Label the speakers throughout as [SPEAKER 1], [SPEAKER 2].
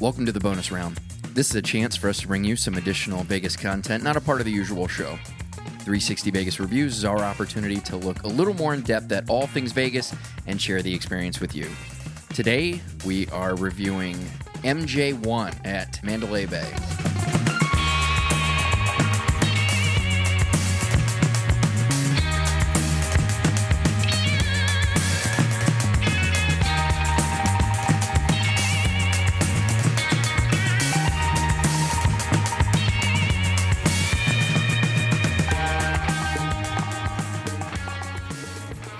[SPEAKER 1] Welcome to the bonus round. This is a chance for us to bring you some additional Vegas content, not a part of the usual show. 360 Vegas Reviews is our opportunity to look a little more in depth at all things Vegas and share the experience with you. Today, we are reviewing MJ1 at Mandalay Bay.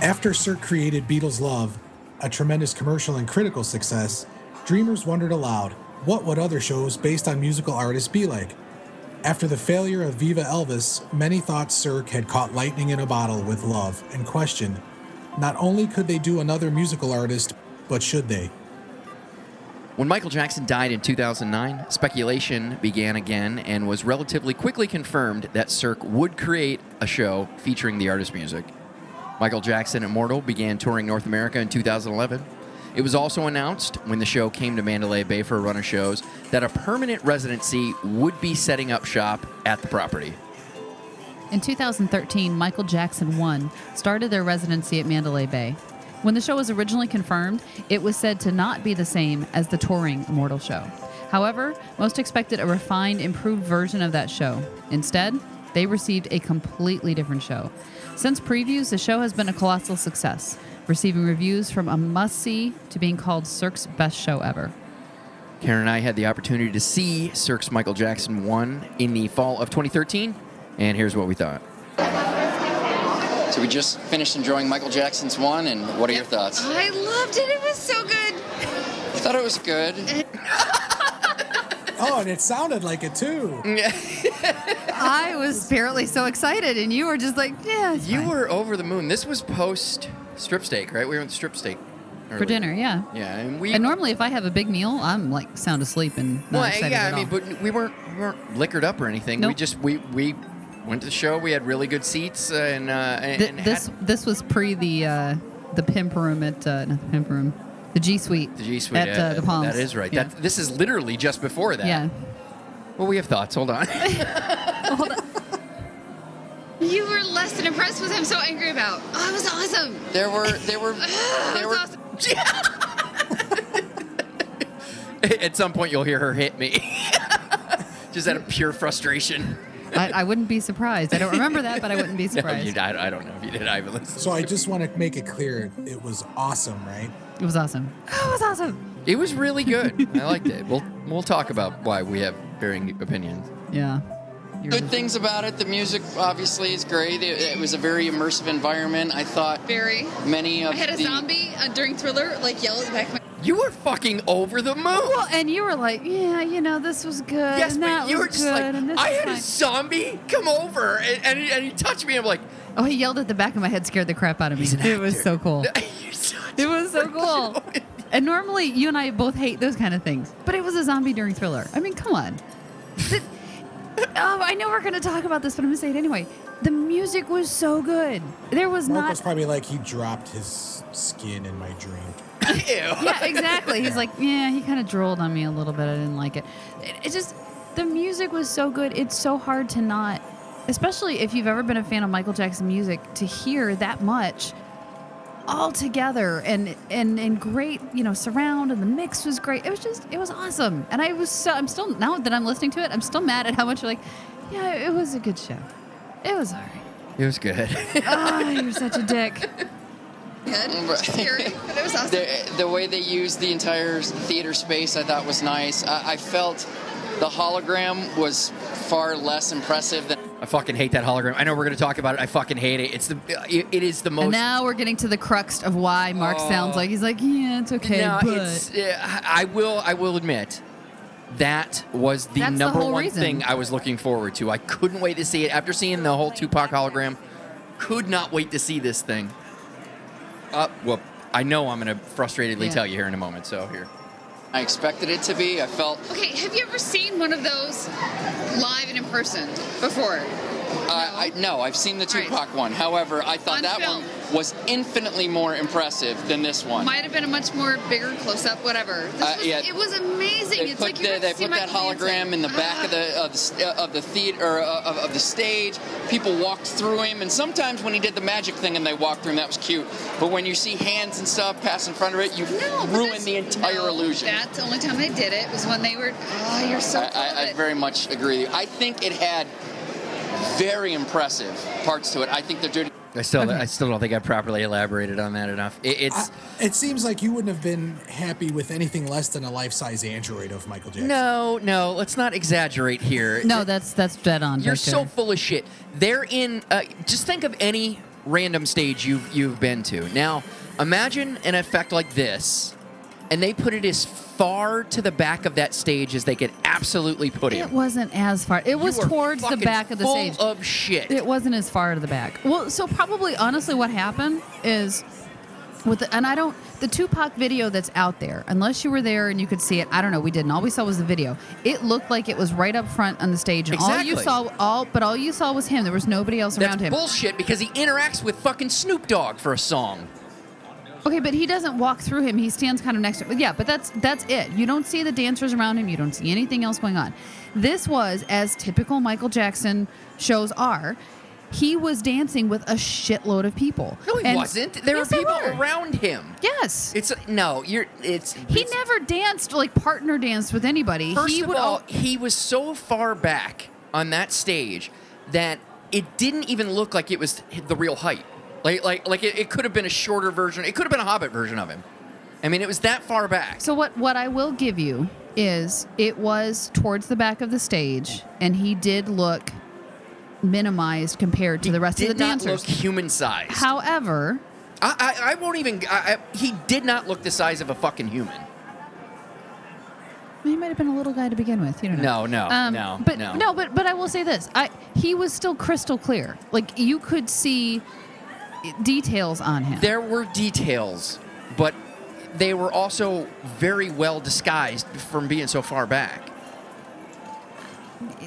[SPEAKER 2] After Sir created Beatles Love, a tremendous commercial and critical success, dreamers wondered aloud what would other shows based on musical artists be like? After the failure of Viva Elvis, many thought Cirque had caught lightning in a bottle with Love and questioned not only could they do another musical artist, but should they?
[SPEAKER 1] When Michael Jackson died in 2009, speculation began again and was relatively quickly confirmed that Cirque would create a show featuring the artist's music. Michael Jackson Immortal began touring North America in 2011. It was also announced when the show came to Mandalay Bay for a run of shows that a permanent residency would be setting up shop at the property.
[SPEAKER 3] In 2013, Michael Jackson 1 started their residency at Mandalay Bay. When the show was originally confirmed, it was said to not be the same as the touring Immortal show. However, most expected a refined, improved version of that show. Instead, they received a completely different show. Since previews, the show has been a colossal success, receiving reviews from a must see to being called Cirque's best show ever.
[SPEAKER 1] Karen and I had the opportunity to see Cirque's Michael Jackson 1 in the fall of 2013, and here's what we thought. So we just finished enjoying Michael Jackson's 1, and what are your thoughts?
[SPEAKER 4] I loved it. It was so good.
[SPEAKER 1] I thought it was good.
[SPEAKER 2] Oh, and it sounded like it too.
[SPEAKER 4] I was apparently so excited, and you were just like, yeah. it's
[SPEAKER 1] You
[SPEAKER 4] fine.
[SPEAKER 1] were over the moon. This was post strip steak, right? We were at the strip steak
[SPEAKER 3] For
[SPEAKER 1] earlier.
[SPEAKER 3] dinner, yeah.
[SPEAKER 1] Yeah, and we
[SPEAKER 3] And normally, if I have a big meal, I'm like sound asleep and not
[SPEAKER 1] Well,
[SPEAKER 3] excited
[SPEAKER 1] yeah,
[SPEAKER 3] at
[SPEAKER 1] I mean,
[SPEAKER 3] all.
[SPEAKER 1] but we weren't we weren't liquored up or anything. We
[SPEAKER 3] Nope.
[SPEAKER 1] just we we went to the show. We had really good seats uh, and uh, and
[SPEAKER 3] Th-
[SPEAKER 1] had
[SPEAKER 3] this this was pre the uh, the pimp room at uh, not the pimp room, the G Suite.
[SPEAKER 1] the G Suite
[SPEAKER 3] at
[SPEAKER 1] uh,
[SPEAKER 3] uh, the Palms.
[SPEAKER 1] That is right.
[SPEAKER 3] Yeah.
[SPEAKER 1] That this is literally just before that.
[SPEAKER 3] yeah.
[SPEAKER 1] Well, we have thoughts. Hold on.
[SPEAKER 5] You were less than impressed with him, so angry about. Oh, it was awesome.
[SPEAKER 1] there were there were
[SPEAKER 5] That
[SPEAKER 1] there
[SPEAKER 5] was
[SPEAKER 1] were.
[SPEAKER 5] awesome.
[SPEAKER 1] At some point, you'll hear her hit me. just out of pure frustration.
[SPEAKER 3] I, I wouldn't be surprised. I don't remember that, but I wouldn't be
[SPEAKER 1] No, you,
[SPEAKER 3] surprised.
[SPEAKER 1] I, I don't know if you did. I haven't listened.
[SPEAKER 2] So I just want to make it clear it was awesome, right?
[SPEAKER 3] it was awesome. Oh, it was awesome.
[SPEAKER 1] It was really good. I liked it. We'll we'll talk about why we have varying opinions.
[SPEAKER 3] Yeah. You were
[SPEAKER 6] good
[SPEAKER 3] just-
[SPEAKER 6] things about it. The music obviously is great. It, it was a very immersive environment. I thought
[SPEAKER 5] Very.
[SPEAKER 6] many of
[SPEAKER 5] I had a
[SPEAKER 6] the
[SPEAKER 5] zombie uh, during Thriller, like yell at the back of my.
[SPEAKER 1] You were fucking over the moon.
[SPEAKER 3] Well, and you were like, yeah, you know, this was good.
[SPEAKER 1] Yes,
[SPEAKER 3] and that
[SPEAKER 1] but you
[SPEAKER 3] was
[SPEAKER 1] were just
[SPEAKER 3] good,
[SPEAKER 1] like,
[SPEAKER 3] and this
[SPEAKER 1] I
[SPEAKER 3] is
[SPEAKER 1] had a
[SPEAKER 3] fine."
[SPEAKER 1] zombie come over and, and, he, and he touched me. I'm like,
[SPEAKER 3] Oh, he yelled at the back of my head, scared the crap out of me.
[SPEAKER 1] He's an
[SPEAKER 3] It was
[SPEAKER 1] actor.
[SPEAKER 3] so cool.
[SPEAKER 1] You're so-
[SPEAKER 3] It was so cool. And normally, you and I both hate those kind of things, but it was a zombie during Thriller. I mean, come on. The- oh, I know we're going to talk about this, but I'm going to say it anyway. The music was so good. There was
[SPEAKER 2] Mark was
[SPEAKER 3] not.
[SPEAKER 2] probably like, he dropped his skin in my drink.
[SPEAKER 1] Ew.
[SPEAKER 3] Yeah, exactly. He's like, yeah, he kind of drooled on me a little bit. I didn't like it. it. It just, the music was so good. It's so hard to not, especially if you've ever been a fan of Michael Jackson music, to hear that much all together and and and great you know surround and the mix was great it was just it was awesome and i was so i'm still now that i'm listening to it i'm still mad at how much you're like yeah it was a good show it was all right
[SPEAKER 1] It was good.
[SPEAKER 3] oh you're such a dick
[SPEAKER 5] Head. Scary, but it was awesome.
[SPEAKER 6] the, the way they used the entire theater space, I thought was nice. I, I felt the hologram was far less impressive than.
[SPEAKER 1] I fucking hate that hologram. I know we're gonna talk about it. I fucking hate it. It's the it, it is the most.
[SPEAKER 3] And now we're getting to the crux of why Mark sounds like he's like, yeah, it's okay,
[SPEAKER 1] No,
[SPEAKER 3] but
[SPEAKER 1] it's, yeah, I I will I will admit that was the
[SPEAKER 3] That's the
[SPEAKER 1] number
[SPEAKER 3] whole
[SPEAKER 1] one
[SPEAKER 3] reason.
[SPEAKER 1] thing I was looking forward to. I couldn't wait to see it after seeing the whole Tupac hologram. Could not wait to see this thing. Uh, well, I know I'm gonna frustratedly
[SPEAKER 3] Yeah.
[SPEAKER 1] tell you here in a moment. So here.
[SPEAKER 6] I expected it to be. I felt
[SPEAKER 5] Okay, have you ever seen one of those live and in person before?
[SPEAKER 6] Uh, I, no, I've seen the
[SPEAKER 5] Right.
[SPEAKER 6] Tupac one. However, I thought
[SPEAKER 5] On
[SPEAKER 6] that
[SPEAKER 5] film.
[SPEAKER 6] one was infinitely more impressive than this one.
[SPEAKER 5] Might have been a much more bigger close up, whatever. This
[SPEAKER 6] Uh,
[SPEAKER 5] was,
[SPEAKER 6] yeah.
[SPEAKER 5] It was amazing.
[SPEAKER 6] They
[SPEAKER 5] it's
[SPEAKER 6] put,
[SPEAKER 5] like you
[SPEAKER 6] the-
[SPEAKER 5] got to
[SPEAKER 6] they
[SPEAKER 5] see
[SPEAKER 6] put that
[SPEAKER 5] Michael
[SPEAKER 6] hologram
[SPEAKER 5] Jackson.
[SPEAKER 6] in the back of
[SPEAKER 5] Ah.
[SPEAKER 6] the of the, st- uh, of the theater or uh, of, of the stage. People walked through him, and sometimes when he did the magic thing and they walked through him, that was cute. But when you see hands and stuff pass in front of it, you
[SPEAKER 5] Ah, No, but
[SPEAKER 6] ruin
[SPEAKER 5] that's-
[SPEAKER 6] the entire
[SPEAKER 5] no,
[SPEAKER 6] illusion.
[SPEAKER 5] That's the only time they did it was when they were. Oh, you're so.
[SPEAKER 6] I,
[SPEAKER 5] full of
[SPEAKER 6] I, I
[SPEAKER 5] it.
[SPEAKER 6] very much agree. I think it had very impressive parts to it. I think they're doing.
[SPEAKER 1] I still, I still don't think I properly elaborated on that enough. It,
[SPEAKER 2] I,
[SPEAKER 1] it's
[SPEAKER 2] it seems like you wouldn't have been happy with anything less than a life-size android of Michael Jackson.
[SPEAKER 1] no, no. Let's not exaggerate here.
[SPEAKER 3] No, that's that's dead on.
[SPEAKER 1] You're
[SPEAKER 3] right
[SPEAKER 1] so
[SPEAKER 3] there.
[SPEAKER 1] full of shit. They're in. Uh, just think of any random stage you've you've been to. Now, imagine an effect like this, and they put it as far to the back of that stage as they could absolutely put
[SPEAKER 3] It
[SPEAKER 1] it.
[SPEAKER 3] wasn't as far. It was
[SPEAKER 1] You are
[SPEAKER 3] towards the
[SPEAKER 1] fucking
[SPEAKER 3] back of the
[SPEAKER 1] full
[SPEAKER 3] stage.
[SPEAKER 1] of shit.
[SPEAKER 3] It wasn't as far to the back. Well, so probably honestly, what happened is with the, and I don't the Tupac video that's out there. Unless you were there and you could see it, I don't know. We didn't. All we saw was the video. It looked like it was right up front on the stage, and all you
[SPEAKER 1] Exactly.
[SPEAKER 3] saw all but all you saw was him. There was nobody else
[SPEAKER 1] That's
[SPEAKER 3] around him.
[SPEAKER 1] bullshit because he interacts with fucking Snoop Dogg for a song.
[SPEAKER 3] Okay, but he doesn't walk through him. He stands kind of next to him. Yeah, but that's that's it. You don't see the dancers around him. You don't see anything else going on. This was as typical Michael Jackson shows are. He was dancing with a shitload of people.
[SPEAKER 1] No, he
[SPEAKER 3] And-
[SPEAKER 1] wasn't. There
[SPEAKER 3] Yes,
[SPEAKER 1] were
[SPEAKER 3] they
[SPEAKER 1] people
[SPEAKER 3] were.
[SPEAKER 1] around him.
[SPEAKER 3] Yes.
[SPEAKER 1] It's no, you're it's
[SPEAKER 3] he
[SPEAKER 1] it's-
[SPEAKER 3] never danced like partner danced with anybody.
[SPEAKER 1] First
[SPEAKER 3] he
[SPEAKER 1] of
[SPEAKER 3] would
[SPEAKER 1] all,
[SPEAKER 3] al-
[SPEAKER 1] he was so far back on that stage that it didn't even look like it was the real height. Like like like it, it could have been a shorter version. It could have been a Hobbit version of him. I mean, it was that far back.
[SPEAKER 3] So what what I will give you is it was towards the back of the stage and he did look minimized compared to the rest
[SPEAKER 1] did
[SPEAKER 3] of the
[SPEAKER 1] not
[SPEAKER 3] dancers.
[SPEAKER 1] look human sized.
[SPEAKER 3] However,
[SPEAKER 1] I, I I won't even. I, I, he did not look the size of a fucking human.
[SPEAKER 3] He might have been a little guy to begin with. You don't know. Um,
[SPEAKER 1] No, no, no,
[SPEAKER 3] But
[SPEAKER 1] no.
[SPEAKER 3] but but I will say this: I he was still crystal clear. Like you could see details on him.
[SPEAKER 1] There were details, but they were also very well disguised from being so far back.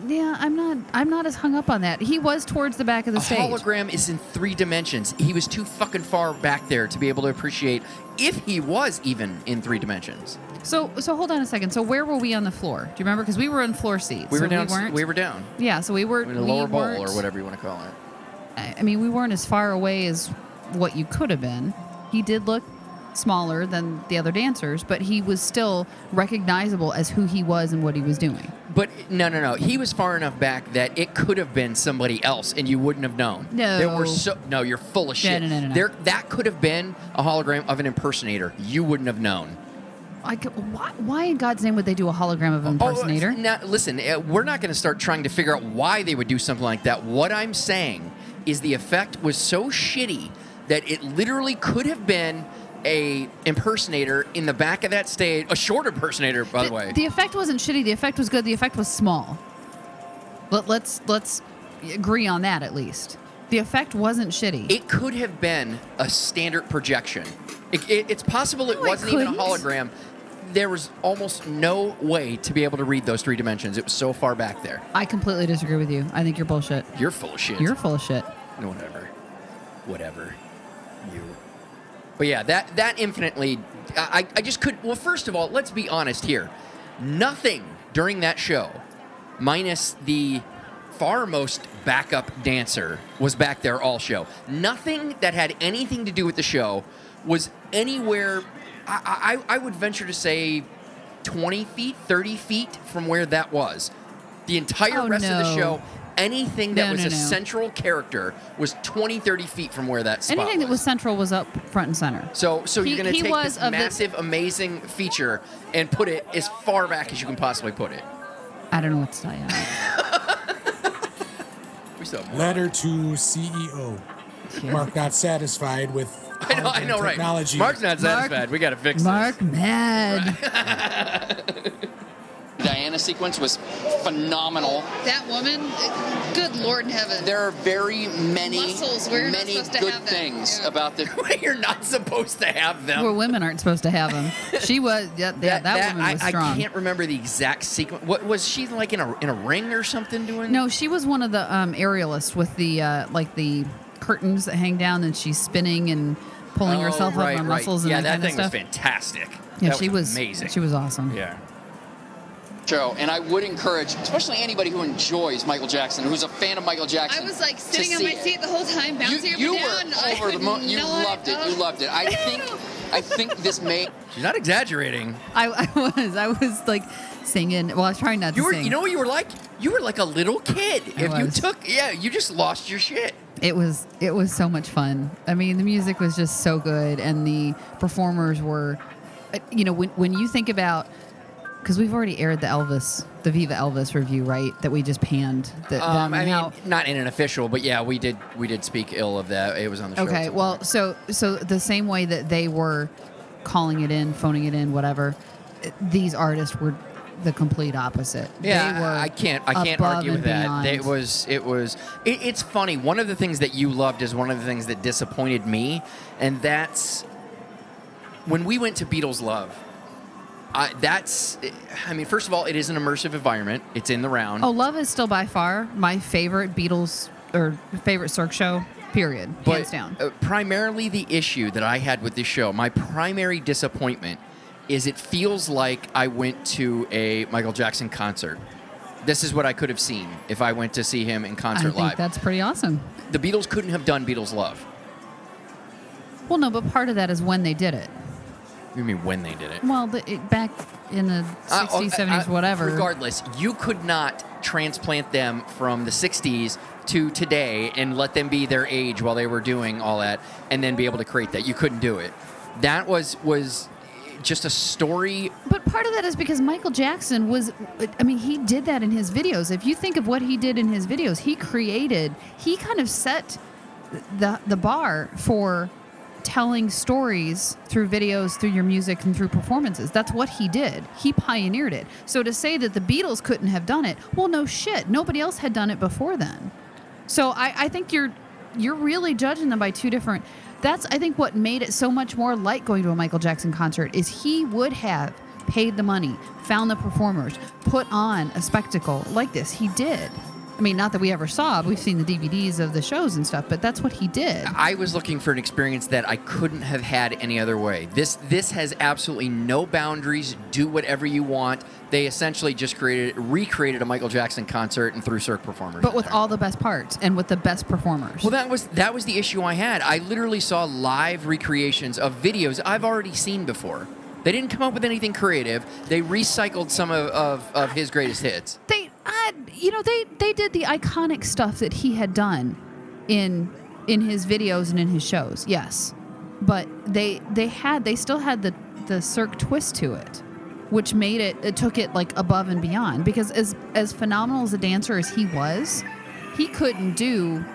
[SPEAKER 3] yeah, I'm not I'm not as hung up on that. He was towards the back of the
[SPEAKER 1] A
[SPEAKER 3] stage.
[SPEAKER 1] hologram is in three dimensions. He was too fucking far back there to be able to appreciate if he was even in three dimensions.
[SPEAKER 3] so so hold on a second. So where were we on the floor? Do you remember? Because we were on floor seats.
[SPEAKER 1] We
[SPEAKER 3] so
[SPEAKER 1] were down.
[SPEAKER 3] We,
[SPEAKER 1] We,
[SPEAKER 3] weren't,
[SPEAKER 1] were down.
[SPEAKER 3] yeah. So we were.
[SPEAKER 1] In a lower
[SPEAKER 3] we
[SPEAKER 1] bowl
[SPEAKER 3] weren't-
[SPEAKER 1] or whatever you want to call it.
[SPEAKER 3] I I mean, we weren't as far away as what you could have been. He did look smaller than the other dancers, but he was still recognizable as who he was and what he was doing.
[SPEAKER 1] But no, no, no. He was far enough back that it could have been somebody else, and you wouldn't have known.
[SPEAKER 3] No.
[SPEAKER 1] There were so no. You're full of
[SPEAKER 3] Yeah,
[SPEAKER 1] shit.
[SPEAKER 3] no, no, no, no.
[SPEAKER 1] There, that could have been a hologram of an impersonator. You wouldn't have known.
[SPEAKER 3] I go, why, why in God's name would they do a hologram of an impersonator?
[SPEAKER 1] Oh, now, listen, uh, we're not going to start trying to figure out why they would do something like that. What I'm saying is the effect was so shitty that it literally could have been a impersonator in the back of that stage, a short impersonator, by the, way.
[SPEAKER 3] the effect wasn't shitty. The effect was good. The effect was small. Let, let's let's agree on that at least. The effect wasn't shitty.
[SPEAKER 1] it could have been a standard projection. It, it- it's possible it
[SPEAKER 3] No, it
[SPEAKER 1] wasn't even a
[SPEAKER 3] couldn't.
[SPEAKER 1] hologram. There was almost no way to be able to read those three dimensions. It was so far back there.
[SPEAKER 3] I completely disagree with you. I think you're bullshit.
[SPEAKER 1] You're full of shit.
[SPEAKER 3] You're full of shit.
[SPEAKER 1] No, whatever, whatever, you. But yeah, that that infinitely, I I- I just could. Well, first of all, let's be honest here. Nothing during that show, minus the far most backup dancer, was back there all show. Nothing that had anything to do with the show was anywhere. I I, I would venture to say. 20 feet, 30 feet from where that was. The entire
[SPEAKER 3] Oh,
[SPEAKER 1] rest of the
[SPEAKER 3] no.
[SPEAKER 1] show, anything that
[SPEAKER 3] No,
[SPEAKER 1] was
[SPEAKER 3] no,
[SPEAKER 1] a
[SPEAKER 3] no.
[SPEAKER 1] central character was 20, 30 feet from where that spot
[SPEAKER 3] Anything that was central was up front and center.
[SPEAKER 1] So, so
[SPEAKER 3] He-
[SPEAKER 1] you're going
[SPEAKER 3] he
[SPEAKER 1] to take
[SPEAKER 3] was
[SPEAKER 1] this
[SPEAKER 3] of the-
[SPEAKER 1] massive, amazing feature and put it as far back as you can possibly put it.
[SPEAKER 3] I don't know what to tell you.
[SPEAKER 1] We still have more.
[SPEAKER 2] Letter to CEO. Mark not satisfied with
[SPEAKER 1] I know, I know, right?
[SPEAKER 2] technology.
[SPEAKER 1] Mark's not satisfied.
[SPEAKER 3] Mark-
[SPEAKER 1] we got to fix
[SPEAKER 3] Mark mad.
[SPEAKER 6] Diana sequence was phenomenal.
[SPEAKER 5] That woman, uh, good lord in heaven.
[SPEAKER 6] There are very many,
[SPEAKER 5] Muscles, we're not
[SPEAKER 6] many
[SPEAKER 5] supposed to
[SPEAKER 6] good
[SPEAKER 5] have that.
[SPEAKER 6] things
[SPEAKER 5] Yeah.
[SPEAKER 6] about the
[SPEAKER 1] this. You're not supposed to have them.
[SPEAKER 3] Where women aren't supposed to have them. She was. Yeah, that, that, woman
[SPEAKER 1] I,
[SPEAKER 3] was
[SPEAKER 1] I
[SPEAKER 3] strong.
[SPEAKER 1] can't remember the exact sequence. What was she like in a in a ring or something doing?
[SPEAKER 3] No, she was one of the um, aerialists with the uh, like the curtains that hang down and she's spinning and pulling
[SPEAKER 1] Oh,
[SPEAKER 3] herself
[SPEAKER 1] right,
[SPEAKER 3] up on
[SPEAKER 1] right.
[SPEAKER 3] muscles
[SPEAKER 1] yeah,
[SPEAKER 3] and
[SPEAKER 1] that,
[SPEAKER 3] that,
[SPEAKER 1] thing
[SPEAKER 3] kind of
[SPEAKER 1] was
[SPEAKER 3] stuff.
[SPEAKER 1] fantastic.
[SPEAKER 3] yeah,
[SPEAKER 1] That
[SPEAKER 3] she was
[SPEAKER 1] amazing.
[SPEAKER 3] She was awesome.
[SPEAKER 1] Yeah.
[SPEAKER 6] show, and I would encourage, especially anybody who enjoys Michael Jackson, who's a fan of Michael Jackson.
[SPEAKER 5] I was like
[SPEAKER 6] to
[SPEAKER 5] sitting on
[SPEAKER 6] see
[SPEAKER 5] my
[SPEAKER 6] it.
[SPEAKER 5] seat the whole time,
[SPEAKER 6] You,
[SPEAKER 5] bouncing up
[SPEAKER 6] you
[SPEAKER 5] and down.
[SPEAKER 6] were
[SPEAKER 5] I
[SPEAKER 6] over the
[SPEAKER 5] could
[SPEAKER 6] moon. You
[SPEAKER 5] not-
[SPEAKER 6] loved it.
[SPEAKER 5] oh.
[SPEAKER 6] You loved it. I think, I think this may.
[SPEAKER 1] She's not exaggerating.
[SPEAKER 3] I, I was. I was like singing. Well, I was trying not
[SPEAKER 1] You
[SPEAKER 3] to
[SPEAKER 1] were,
[SPEAKER 3] sing.
[SPEAKER 1] you know, what you were like, you were like a little kid.
[SPEAKER 3] I
[SPEAKER 1] if you
[SPEAKER 3] was.
[SPEAKER 1] took, yeah, you just lost your shit.
[SPEAKER 3] it was it was so much fun. I mean, the music was just so good, and the performers were, uh, you know, when when you think about. Because we've already aired the Elvis, the Viva Elvis review, right? That we just panned. That,
[SPEAKER 1] Um,
[SPEAKER 3] them
[SPEAKER 1] I
[SPEAKER 3] and
[SPEAKER 1] mean,
[SPEAKER 3] how-
[SPEAKER 1] not in an official, but yeah, we did, we did speak ill of that. It was on the show. at
[SPEAKER 3] Okay,
[SPEAKER 1] some
[SPEAKER 3] well,
[SPEAKER 1] point.
[SPEAKER 3] so so the same way that they were calling it in, phoning it in, whatever, eh, these artists were the complete opposite.
[SPEAKER 1] yeah,
[SPEAKER 3] they were
[SPEAKER 1] I can't, I can't
[SPEAKER 3] above
[SPEAKER 1] argue with
[SPEAKER 3] and
[SPEAKER 1] that.
[SPEAKER 3] beyond.
[SPEAKER 1] It was, it was, it, it's funny. One of the things that you loved is one of the things that disappointed me, and that's when we went to Beatles Love. I, that's, I mean, first of all, it is an immersive environment. It's in the round.
[SPEAKER 3] Oh, Love is still by far my favorite Beatles or favorite Cirque show. Period, hands down.
[SPEAKER 1] uh, primarily the issue that I had with this show, my primary disappointment is it feels like I went to a Michael Jackson concert. This is what I could have seen if I went to see him in
[SPEAKER 3] I
[SPEAKER 1] concert
[SPEAKER 3] think
[SPEAKER 1] live.
[SPEAKER 3] that's pretty awesome.
[SPEAKER 1] The Beatles couldn't have done Beatles Love.
[SPEAKER 3] Well, no, but part of that is when they did it.
[SPEAKER 1] You mean when they did it?
[SPEAKER 3] Well, the, it, back in the
[SPEAKER 1] Uh, oh,
[SPEAKER 3] sixties,
[SPEAKER 1] uh,
[SPEAKER 3] seventies,
[SPEAKER 1] uh,
[SPEAKER 3] whatever.
[SPEAKER 1] Regardless, you could not transplant them from the 60s to today and let them be their age while they were doing all that and then be able to create that. You couldn't do it. That was was just a story
[SPEAKER 3] But part of that is because Michael Jackson was, I mean, he did that in his videos. If you think of what he did in his videos, he created, he kind of set the, the bar for telling stories through videos, through your music, and through performances. That's what he did. He pioneered it. So to say that the Beatles couldn't have done it, well, no shit. Nobody else had done it before then. So I, I think you're you're really judging them by two different. That's I think what made it so much more like going to a Michael Jackson concert is he would have paid the money, found the performers, put on a spectacle like this. He did. I mean, not that we ever saw. We've seen the DVDs of the shows and stuff, but that's what he did.
[SPEAKER 1] I was looking for an experience that I couldn't have had any other way. This this has absolutely no boundaries. Do whatever you want. They essentially just created recreated a Michael Jackson concert and threw Cirque performers.
[SPEAKER 3] But
[SPEAKER 1] in
[SPEAKER 3] with
[SPEAKER 1] there.
[SPEAKER 3] all the best parts and with the best performers.
[SPEAKER 1] well, that was that was the issue I had. I literally saw live recreations of videos I've already seen before. They didn't come up with anything creative. They recycled some of, of, of his greatest hits.
[SPEAKER 3] they uh, you know they they did the iconic stuff that he had done in in his videos and in his shows yes but they they had they still had the the cirque twist to it which made it it took it like above and beyond because as as phenomenal as a dancer as he was he couldn't do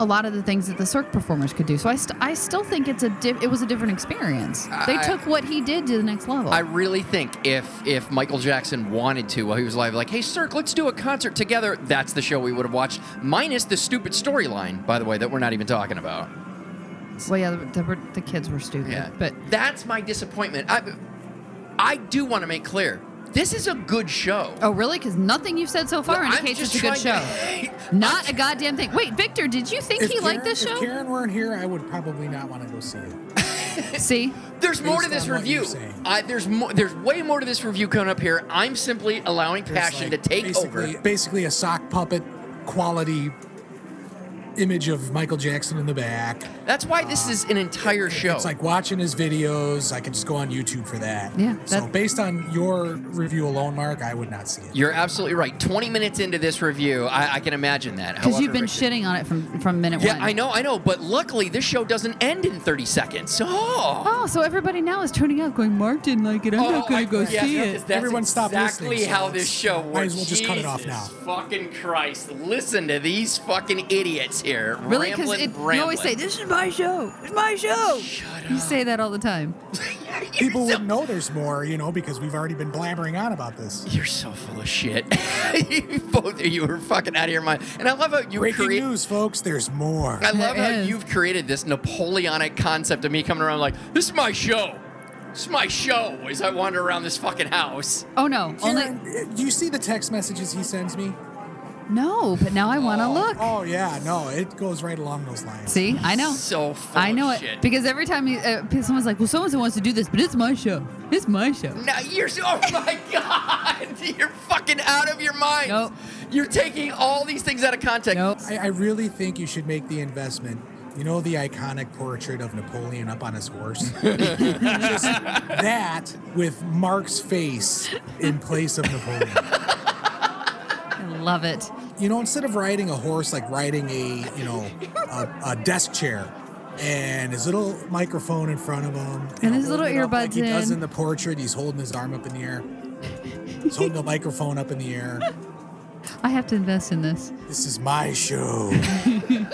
[SPEAKER 3] a lot of the things that the cirque performers could do so i, st- I still think it's a di- it was a different experience they
[SPEAKER 1] I-
[SPEAKER 3] took what he did to the next level
[SPEAKER 1] I really think if if Michael Jackson wanted to while he was live, like, hey, Cirque, let's do a concert together, that's the show we would have watched, minus the stupid storyline, by the way, that we're not even talking about.
[SPEAKER 3] well yeah the, the, the kids were stupid
[SPEAKER 1] Yeah.
[SPEAKER 3] but
[SPEAKER 1] that's my disappointment. I, I do want to make clear this is a good show.
[SPEAKER 3] Oh, really? Because nothing you've said so far
[SPEAKER 1] I'm
[SPEAKER 3] indicates it's
[SPEAKER 1] just
[SPEAKER 3] a good show.
[SPEAKER 1] trying to-
[SPEAKER 3] Not a goddamn thing. Wait, Victor, did you think
[SPEAKER 2] If
[SPEAKER 3] he liked
[SPEAKER 2] Karen-
[SPEAKER 3] this
[SPEAKER 2] If
[SPEAKER 3] show?
[SPEAKER 2] Karen weren't here, I would probably not want to go see it.
[SPEAKER 3] See,
[SPEAKER 1] There's more to
[SPEAKER 2] Based
[SPEAKER 1] this
[SPEAKER 2] on what you're
[SPEAKER 1] review.
[SPEAKER 2] saying.
[SPEAKER 1] I, there's mo- there's way more to this review coming up here. I'm simply allowing
[SPEAKER 2] There's,
[SPEAKER 1] passion
[SPEAKER 2] like,
[SPEAKER 1] to take over.
[SPEAKER 2] basically, Basically, a sock puppet quality image of Michael Jackson in the back.
[SPEAKER 1] That's why this is an entire show.
[SPEAKER 2] It's like watching his videos. I can just go on YouTube for that.
[SPEAKER 3] Yeah,
[SPEAKER 2] So
[SPEAKER 3] that-
[SPEAKER 2] based on your review alone, Mark, I would not see it.
[SPEAKER 1] You're absolutely right. 20 minutes into this review, I, I can imagine that.
[SPEAKER 3] because
[SPEAKER 1] However,
[SPEAKER 3] you've been
[SPEAKER 1] Victor-
[SPEAKER 3] shitting on it from from minute
[SPEAKER 1] Yeah,
[SPEAKER 3] one.
[SPEAKER 1] I know, I know. But luckily, this show doesn't end in 30 seconds. So, oh,
[SPEAKER 3] Oh, so everybody now is tuning out, going, Mark didn't like it. I'm not
[SPEAKER 1] I-
[SPEAKER 3] going to go
[SPEAKER 1] yeah,
[SPEAKER 3] see
[SPEAKER 1] that's-
[SPEAKER 3] it.
[SPEAKER 1] That's
[SPEAKER 2] Everyone stop
[SPEAKER 1] exactly
[SPEAKER 2] listening, so
[SPEAKER 1] how
[SPEAKER 2] it's-
[SPEAKER 1] this show works.
[SPEAKER 2] might as well just cut it off
[SPEAKER 1] Jesus
[SPEAKER 2] now.
[SPEAKER 1] Fucking Christ! Listen to these fucking idiots here.
[SPEAKER 3] Really?
[SPEAKER 1] Because
[SPEAKER 3] Because you always say, "This is my show. It's my show."
[SPEAKER 1] Shut
[SPEAKER 3] You
[SPEAKER 1] up.
[SPEAKER 3] say that all the time.
[SPEAKER 2] People wouldn't know there's more, you know, because we've already been blabbering on about this.
[SPEAKER 1] You're so full of shit. you both of you are fucking out of your mind. And I love how you
[SPEAKER 2] Breaking
[SPEAKER 1] create.
[SPEAKER 2] news, folks. There's more.
[SPEAKER 1] I love
[SPEAKER 3] There
[SPEAKER 1] how
[SPEAKER 3] is.
[SPEAKER 1] you've created this Napoleonic concept of me coming around like, this is my show. This is my show as I wander around this fucking house.
[SPEAKER 3] Oh no, only
[SPEAKER 2] Karen, you see the text messages he sends me?
[SPEAKER 3] No, but now I want to look.
[SPEAKER 2] Oh yeah, no, it goes right along those lines.
[SPEAKER 3] See, I know.
[SPEAKER 1] So full
[SPEAKER 3] I know
[SPEAKER 1] of
[SPEAKER 3] it
[SPEAKER 1] shit.
[SPEAKER 3] because every time you, uh, someone's like, "Well, someone wants to do this, but it's my show. It's my show."
[SPEAKER 1] No, you're so, oh my god, you're fucking out of your mind.
[SPEAKER 3] Nope.
[SPEAKER 1] You're taking all these things out of context.
[SPEAKER 3] Nope.
[SPEAKER 2] I, I really think you should make the investment. You know the iconic portrait of Napoleon up on his horse? Just that with Mark's face in place of Napoleon.
[SPEAKER 3] I love it.
[SPEAKER 2] you know, instead of riding a horse, like riding a, you know, a, a desk chair and his little microphone in front of him. you
[SPEAKER 3] And
[SPEAKER 2] know,
[SPEAKER 3] his little
[SPEAKER 2] holding it up Like
[SPEAKER 3] earbuds
[SPEAKER 2] he does
[SPEAKER 3] in.
[SPEAKER 2] in the portrait, he's holding his arm up in the air. He's holding the microphone up in the air.
[SPEAKER 3] I have to invest in this.
[SPEAKER 2] This is my show.
[SPEAKER 1] I'm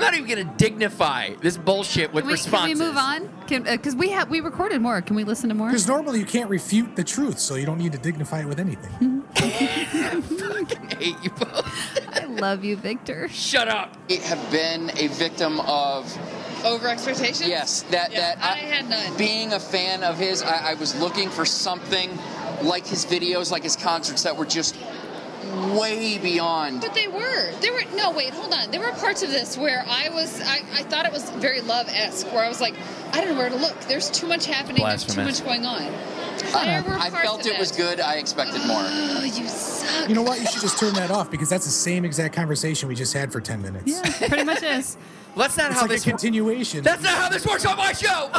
[SPEAKER 1] not even gonna dignify this bullshit with
[SPEAKER 3] Can we, can we
[SPEAKER 1] responses.
[SPEAKER 3] move on? Because we have we recorded more. Can we listen to more?
[SPEAKER 2] Because normally you can't refute the truth, so you don't need to dignify it with anything.
[SPEAKER 1] I hate you both.
[SPEAKER 3] I love you, Victor.
[SPEAKER 1] Shut up.
[SPEAKER 6] I have been a victim of
[SPEAKER 5] Over expectations?
[SPEAKER 6] Yes, that
[SPEAKER 5] Yeah,
[SPEAKER 6] that uh,
[SPEAKER 5] I had none.
[SPEAKER 6] Being a fan of his, I, I was looking for something like his videos, like his concerts that were just way beyond.
[SPEAKER 5] But they were. There were no wait, hold on. There were parts of this where I was I, I thought it was very love esque, where I was like, I don't know where to look. There's too much happening, there's too
[SPEAKER 1] Blasphemous.
[SPEAKER 5] much going on.
[SPEAKER 6] I,
[SPEAKER 5] There were
[SPEAKER 6] I
[SPEAKER 5] parts
[SPEAKER 6] felt
[SPEAKER 5] of
[SPEAKER 6] it
[SPEAKER 5] that.
[SPEAKER 6] was good. I expected more.
[SPEAKER 5] Oh, you suck.
[SPEAKER 2] You know what? You should just turn that off because that's the same exact conversation we just had for 10 minutes.
[SPEAKER 3] Yeah, pretty much is.
[SPEAKER 1] That's not
[SPEAKER 2] It's
[SPEAKER 1] how
[SPEAKER 2] like a
[SPEAKER 1] this. wor-
[SPEAKER 2] continuation.
[SPEAKER 1] that's not how this works on my
[SPEAKER 3] Oh,
[SPEAKER 1] show.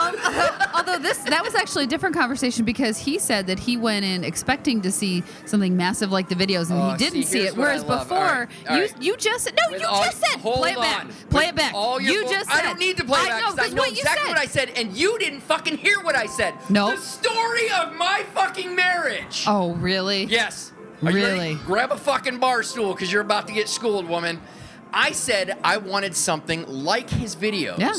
[SPEAKER 3] Although this that was actually a different conversation because he said that he went in expecting to see something massive like the videos and
[SPEAKER 1] Oh,
[SPEAKER 3] he didn't
[SPEAKER 1] see,
[SPEAKER 3] see,
[SPEAKER 1] here's
[SPEAKER 3] it.
[SPEAKER 1] what I
[SPEAKER 3] Whereas
[SPEAKER 1] love.
[SPEAKER 3] before
[SPEAKER 1] All right, all
[SPEAKER 3] you
[SPEAKER 1] right.
[SPEAKER 3] you just said no,
[SPEAKER 1] With
[SPEAKER 3] you
[SPEAKER 1] all-
[SPEAKER 3] just said
[SPEAKER 1] hold
[SPEAKER 3] play it
[SPEAKER 1] on.
[SPEAKER 3] back. Play it
[SPEAKER 1] With
[SPEAKER 3] back.
[SPEAKER 1] All your
[SPEAKER 3] you
[SPEAKER 1] bull-
[SPEAKER 3] just
[SPEAKER 1] I
[SPEAKER 3] said
[SPEAKER 1] don't need to play it
[SPEAKER 3] I
[SPEAKER 1] back
[SPEAKER 3] know,
[SPEAKER 1] 'cause I
[SPEAKER 3] 'cause
[SPEAKER 1] know
[SPEAKER 3] what you
[SPEAKER 1] exactly
[SPEAKER 3] said.
[SPEAKER 1] what I said, and you didn't fucking hear what I said.
[SPEAKER 3] Nope.
[SPEAKER 1] The story of my fucking marriage.
[SPEAKER 3] Oh really?
[SPEAKER 1] Yes. Are you ready?
[SPEAKER 3] Really?
[SPEAKER 1] Grab a fucking bar stool because you're about to get schooled, woman. I said I wanted something like his videos.
[SPEAKER 3] Yeah.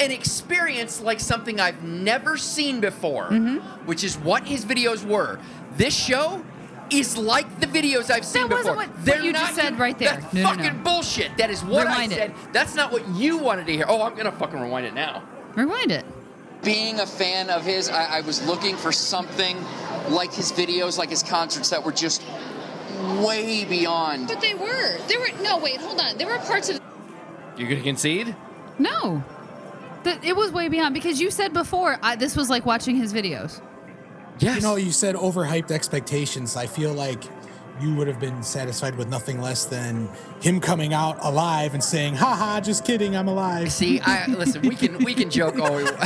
[SPEAKER 1] An experience like something I've never seen before,
[SPEAKER 3] Mm-hmm.
[SPEAKER 1] which is what his videos were. This show is like the videos I've seen
[SPEAKER 3] wasn't
[SPEAKER 1] before.
[SPEAKER 3] what- what
[SPEAKER 1] They're
[SPEAKER 3] you just
[SPEAKER 1] not-
[SPEAKER 3] said right there.
[SPEAKER 1] That's
[SPEAKER 3] No, no, no.
[SPEAKER 1] fucking bullshit. That is what
[SPEAKER 3] Rewind
[SPEAKER 1] I
[SPEAKER 3] it.
[SPEAKER 1] said. That's not what you wanted to hear. Oh, I'm gonna fucking rewind it now.
[SPEAKER 3] Rewind it.
[SPEAKER 6] Being a fan of his, I, I was looking for something like his videos, like his concerts that were just way beyond.
[SPEAKER 5] But they were. There were no wait, hold on. There were parts of
[SPEAKER 7] You're gonna concede?
[SPEAKER 3] No. That it was way beyond because you said before I, this was like watching his videos.
[SPEAKER 1] Yes.
[SPEAKER 2] You know, you said overhyped expectations. I feel like you would have been satisfied with nothing less than him coming out alive and saying, haha, just kidding, I'm alive.
[SPEAKER 1] See, I listen. We can we can joke all we want.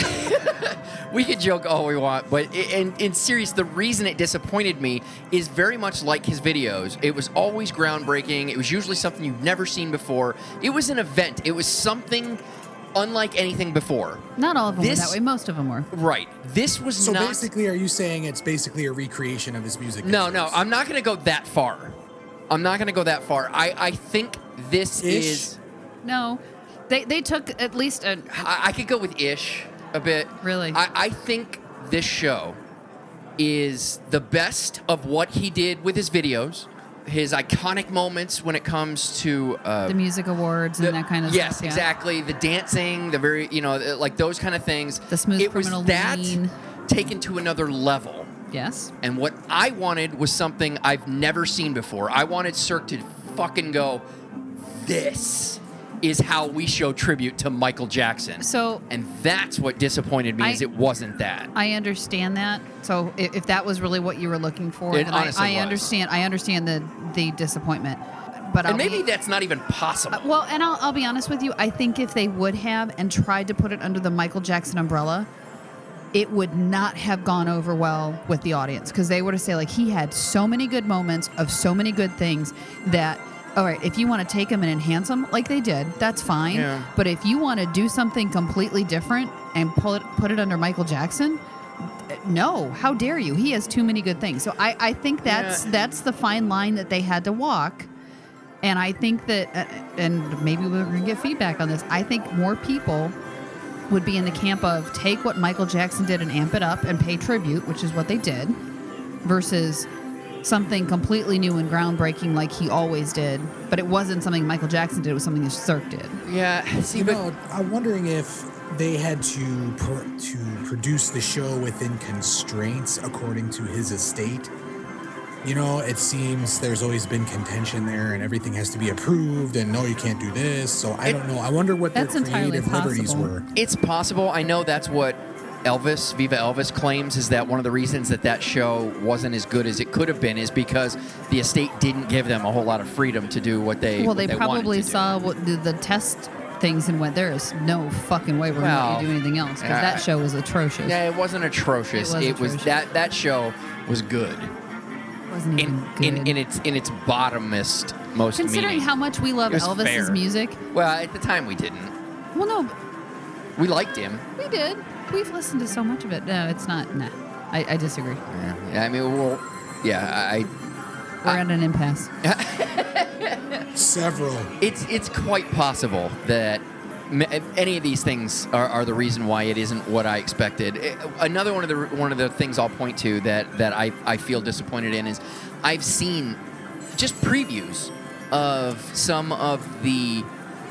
[SPEAKER 1] we can joke all we want, but i- in in serious, the reason it disappointed me is very much like his videos. It was always groundbreaking. It was usually something you've never seen before. It was an event. It was something unlike anything before.
[SPEAKER 3] Not all of them
[SPEAKER 1] This-
[SPEAKER 3] were that way. Most of them were.
[SPEAKER 1] Right. This was
[SPEAKER 2] So
[SPEAKER 1] not.
[SPEAKER 2] basically, are you saying it's basically a recreation of his music?
[SPEAKER 1] no,
[SPEAKER 2] videos?
[SPEAKER 1] no. I'm not going to go that far. I'm not going to go that far. I I think this
[SPEAKER 2] Ish?
[SPEAKER 1] is.
[SPEAKER 3] No, they they took at least a.
[SPEAKER 1] I, I could go with ish a bit.
[SPEAKER 3] Really?
[SPEAKER 1] I, I think this show is the best of what he did with his videos, his iconic moments when it comes to uh,
[SPEAKER 3] The music awards and
[SPEAKER 1] the-
[SPEAKER 3] that kind of
[SPEAKER 1] yes,
[SPEAKER 3] stuff. yeah.
[SPEAKER 1] exactly. The dancing, the very you know like those kind of things.
[SPEAKER 3] The smooth
[SPEAKER 1] it was
[SPEAKER 3] criminal
[SPEAKER 1] that
[SPEAKER 3] lean.
[SPEAKER 1] taken to another level.
[SPEAKER 3] Yes.
[SPEAKER 1] And what I wanted was something I've never seen before. I wanted Cirque to fucking go. This is how we show tribute to Michael Jackson.
[SPEAKER 3] So-
[SPEAKER 1] and that's what disappointed me
[SPEAKER 3] I-
[SPEAKER 1] is it wasn't that.
[SPEAKER 3] I understand that. So i- if that was really what you were looking for,
[SPEAKER 1] It
[SPEAKER 3] then I,
[SPEAKER 1] honestly
[SPEAKER 3] I
[SPEAKER 1] was.
[SPEAKER 3] understand. I understand the the disappointment. But I'll
[SPEAKER 1] and maybe
[SPEAKER 3] be-
[SPEAKER 1] that's not even possible.
[SPEAKER 3] Uh, well, and I'll, I'll be honest with you. I think if they would have and tried to put it under the Michael Jackson umbrella, it would not have gone over well with the audience because they were to say like he had so many good moments of so many good things that all right, if you want to take them and enhance them like they did, that's fine.
[SPEAKER 1] Yeah.
[SPEAKER 3] But if you want to do something completely different and pull it put it under Michael Jackson. th- No, how dare you? He has too many good things. So I, I think that's
[SPEAKER 1] Yeah.
[SPEAKER 3] that's the fine line that they had to walk. And I think that, uh, and maybe we're going to get feedback on this. I think more people would be in the camp of take what Michael Jackson did and amp it up and pay tribute, which is what they did, versus something completely new and groundbreaking like he always did. But it wasn't something Michael Jackson did; it was something that Cirque did.
[SPEAKER 1] yeah, see,
[SPEAKER 2] You
[SPEAKER 1] but
[SPEAKER 2] know, I'm wondering if they had to pr- to produce the show within constraints according to his estate. you know, it seems there's always been contention there, and everything has to be approved, and no, you can't do this. So I don't know. I wonder what their
[SPEAKER 3] That's entirely
[SPEAKER 2] creative liberties
[SPEAKER 3] possible.
[SPEAKER 2] were.
[SPEAKER 1] It's possible. I know that's what Elvis, Viva Elvis, claims is that one of the reasons that that show wasn't as good as it could have been is because the estate didn't give them a whole lot of freedom to do what they
[SPEAKER 3] Well,
[SPEAKER 1] what
[SPEAKER 3] they,
[SPEAKER 1] wanted
[SPEAKER 3] probably
[SPEAKER 1] to do.
[SPEAKER 3] saw what the, the test things and went, there is no fucking way we're
[SPEAKER 1] Well,
[SPEAKER 3] going to do anything else because
[SPEAKER 1] yeah, I-
[SPEAKER 3] that show was atrocious.
[SPEAKER 1] Yeah, it wasn't atrocious. It
[SPEAKER 3] It
[SPEAKER 1] was,
[SPEAKER 3] was atrocious.
[SPEAKER 1] that that show was good
[SPEAKER 3] it wasn't even
[SPEAKER 1] in
[SPEAKER 3] good.
[SPEAKER 1] in, in its in its bottomest most.
[SPEAKER 3] Considering
[SPEAKER 1] meaning.
[SPEAKER 3] how much we love
[SPEAKER 1] It was
[SPEAKER 3] Elvis's
[SPEAKER 1] fair.
[SPEAKER 3] music,
[SPEAKER 1] well at the time we didn't.
[SPEAKER 3] well, no,
[SPEAKER 1] We liked him.
[SPEAKER 3] we did. We've listened to so much of it. No, it's not. Nah, I, I disagree. We're
[SPEAKER 1] Yeah, I mean, well, yeah, I
[SPEAKER 3] at an impasse.
[SPEAKER 2] Several.
[SPEAKER 1] It's it's quite possible that m- eh, any of these things are, are the reason why it isn't what I expected. Eh, Another one of the one of the things I'll point to that that I, I feel disappointed in is I've seen just previews of some of the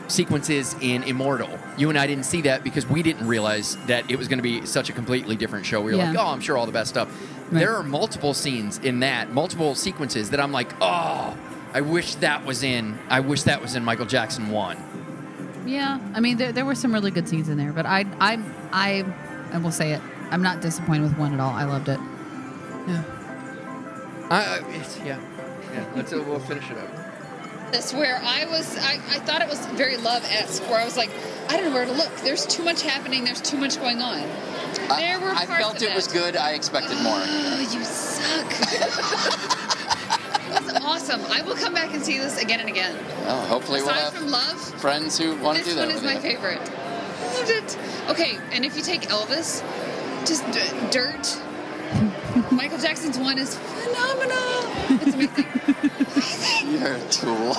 [SPEAKER 1] sequences in Immortal. You and I didn't see that because we didn't realize that it was going to be such a completely different show. We were like,
[SPEAKER 3] Yeah.
[SPEAKER 1] oh, I'm sure all the best stuff.
[SPEAKER 3] Right.
[SPEAKER 1] There are multiple scenes in that, multiple sequences that I'm like, oh, I wish that was in. I wish that was in Michael Jackson one.
[SPEAKER 3] Yeah, I mean there, there were some really good scenes in there, but I I I I will say it. I'm not disappointed with one at all. I loved it.
[SPEAKER 1] I, I- it's, yeah, yeah. Let's uh, we'll finish it up.
[SPEAKER 5] This where I was, I, I thought it was very love esque, where I was like, I don't know where to look. There's too much happening. There's too much going on.
[SPEAKER 6] I-
[SPEAKER 5] there were
[SPEAKER 6] I
[SPEAKER 5] parts
[SPEAKER 6] felt
[SPEAKER 5] of
[SPEAKER 6] it
[SPEAKER 5] that.
[SPEAKER 6] was good. I expected more.
[SPEAKER 5] Oh, you suck. it was awesome. I will come back and see this again and again.
[SPEAKER 6] Well, Oh, hopefully we'll
[SPEAKER 5] Aside
[SPEAKER 6] have
[SPEAKER 5] from love,
[SPEAKER 6] friends who want to
[SPEAKER 5] This
[SPEAKER 6] do that.
[SPEAKER 5] one is
[SPEAKER 6] with
[SPEAKER 5] my
[SPEAKER 6] you.
[SPEAKER 5] favorite. Loved it. Okay, and if you take Elvis, just d- dirt. Michael Jackson's one is phenomenal. It's amazing.
[SPEAKER 6] You're a tool.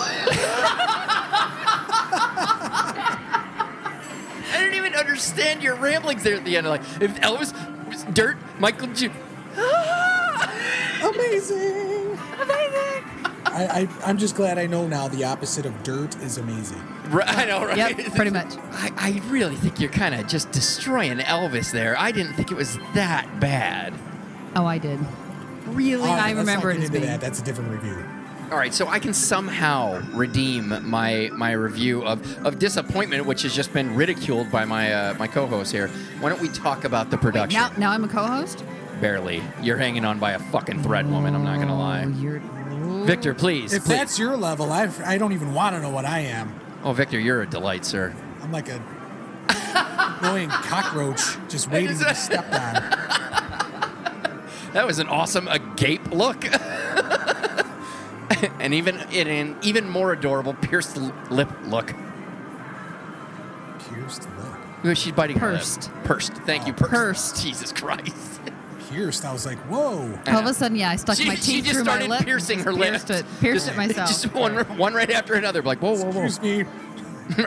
[SPEAKER 1] I didn't even understand your ramblings there at the end. Like if Elvis, was Dirt, Michael J.
[SPEAKER 2] Amazing. I, I, I'm just glad I know now the opposite of dirt is amazing.
[SPEAKER 1] Right, I know, right?
[SPEAKER 3] Yep, pretty much.
[SPEAKER 1] I, I really think you're kind of just destroying Elvis there. I didn't think it was that bad.
[SPEAKER 3] Oh, I did. Oh,
[SPEAKER 1] Really?
[SPEAKER 2] All right,
[SPEAKER 3] I
[SPEAKER 2] Ah, let's
[SPEAKER 3] remember
[SPEAKER 2] not
[SPEAKER 3] it
[SPEAKER 2] get
[SPEAKER 3] as
[SPEAKER 2] into
[SPEAKER 3] being-
[SPEAKER 2] that. That's a different review.
[SPEAKER 1] All right, so I can somehow redeem my my review of, of disappointment, which has just been ridiculed by my uh, my co-host here. Why don't we talk about the production?
[SPEAKER 3] Now now I'm a co-host.
[SPEAKER 1] Barely, you're hanging on by a fucking thread, woman. I'm not gonna
[SPEAKER 3] Oh,
[SPEAKER 1] lie.
[SPEAKER 3] you're
[SPEAKER 1] Victor, please.
[SPEAKER 2] If
[SPEAKER 1] please.
[SPEAKER 2] that's your level, I've, I don't even want to know what I am.
[SPEAKER 1] oh, Victor, you're a delight, sir.
[SPEAKER 2] I'm like a annoying cockroach just waiting to be stepped on.
[SPEAKER 1] That was an awesome agape look. and even in an even more adorable pierced l- lip look.
[SPEAKER 2] Pierced lip.
[SPEAKER 1] Oh, She's biting her lip.
[SPEAKER 3] Pursed. Oh.
[SPEAKER 1] Pursed. Thank you. Pursed.
[SPEAKER 3] Pursed.
[SPEAKER 1] Jesus Christ.
[SPEAKER 2] Pierced. I was like, whoa.
[SPEAKER 3] All of a sudden, yeah, I stuck
[SPEAKER 1] she,
[SPEAKER 3] my teeth
[SPEAKER 1] she just
[SPEAKER 3] through my
[SPEAKER 1] started
[SPEAKER 3] lip. and
[SPEAKER 1] piercing
[SPEAKER 3] just
[SPEAKER 1] her lips.
[SPEAKER 3] Pierced it, pierced
[SPEAKER 1] Just-
[SPEAKER 3] it myself.
[SPEAKER 1] Just one, one right after another. Like whoa, whoa, whoa.
[SPEAKER 2] Excuse me.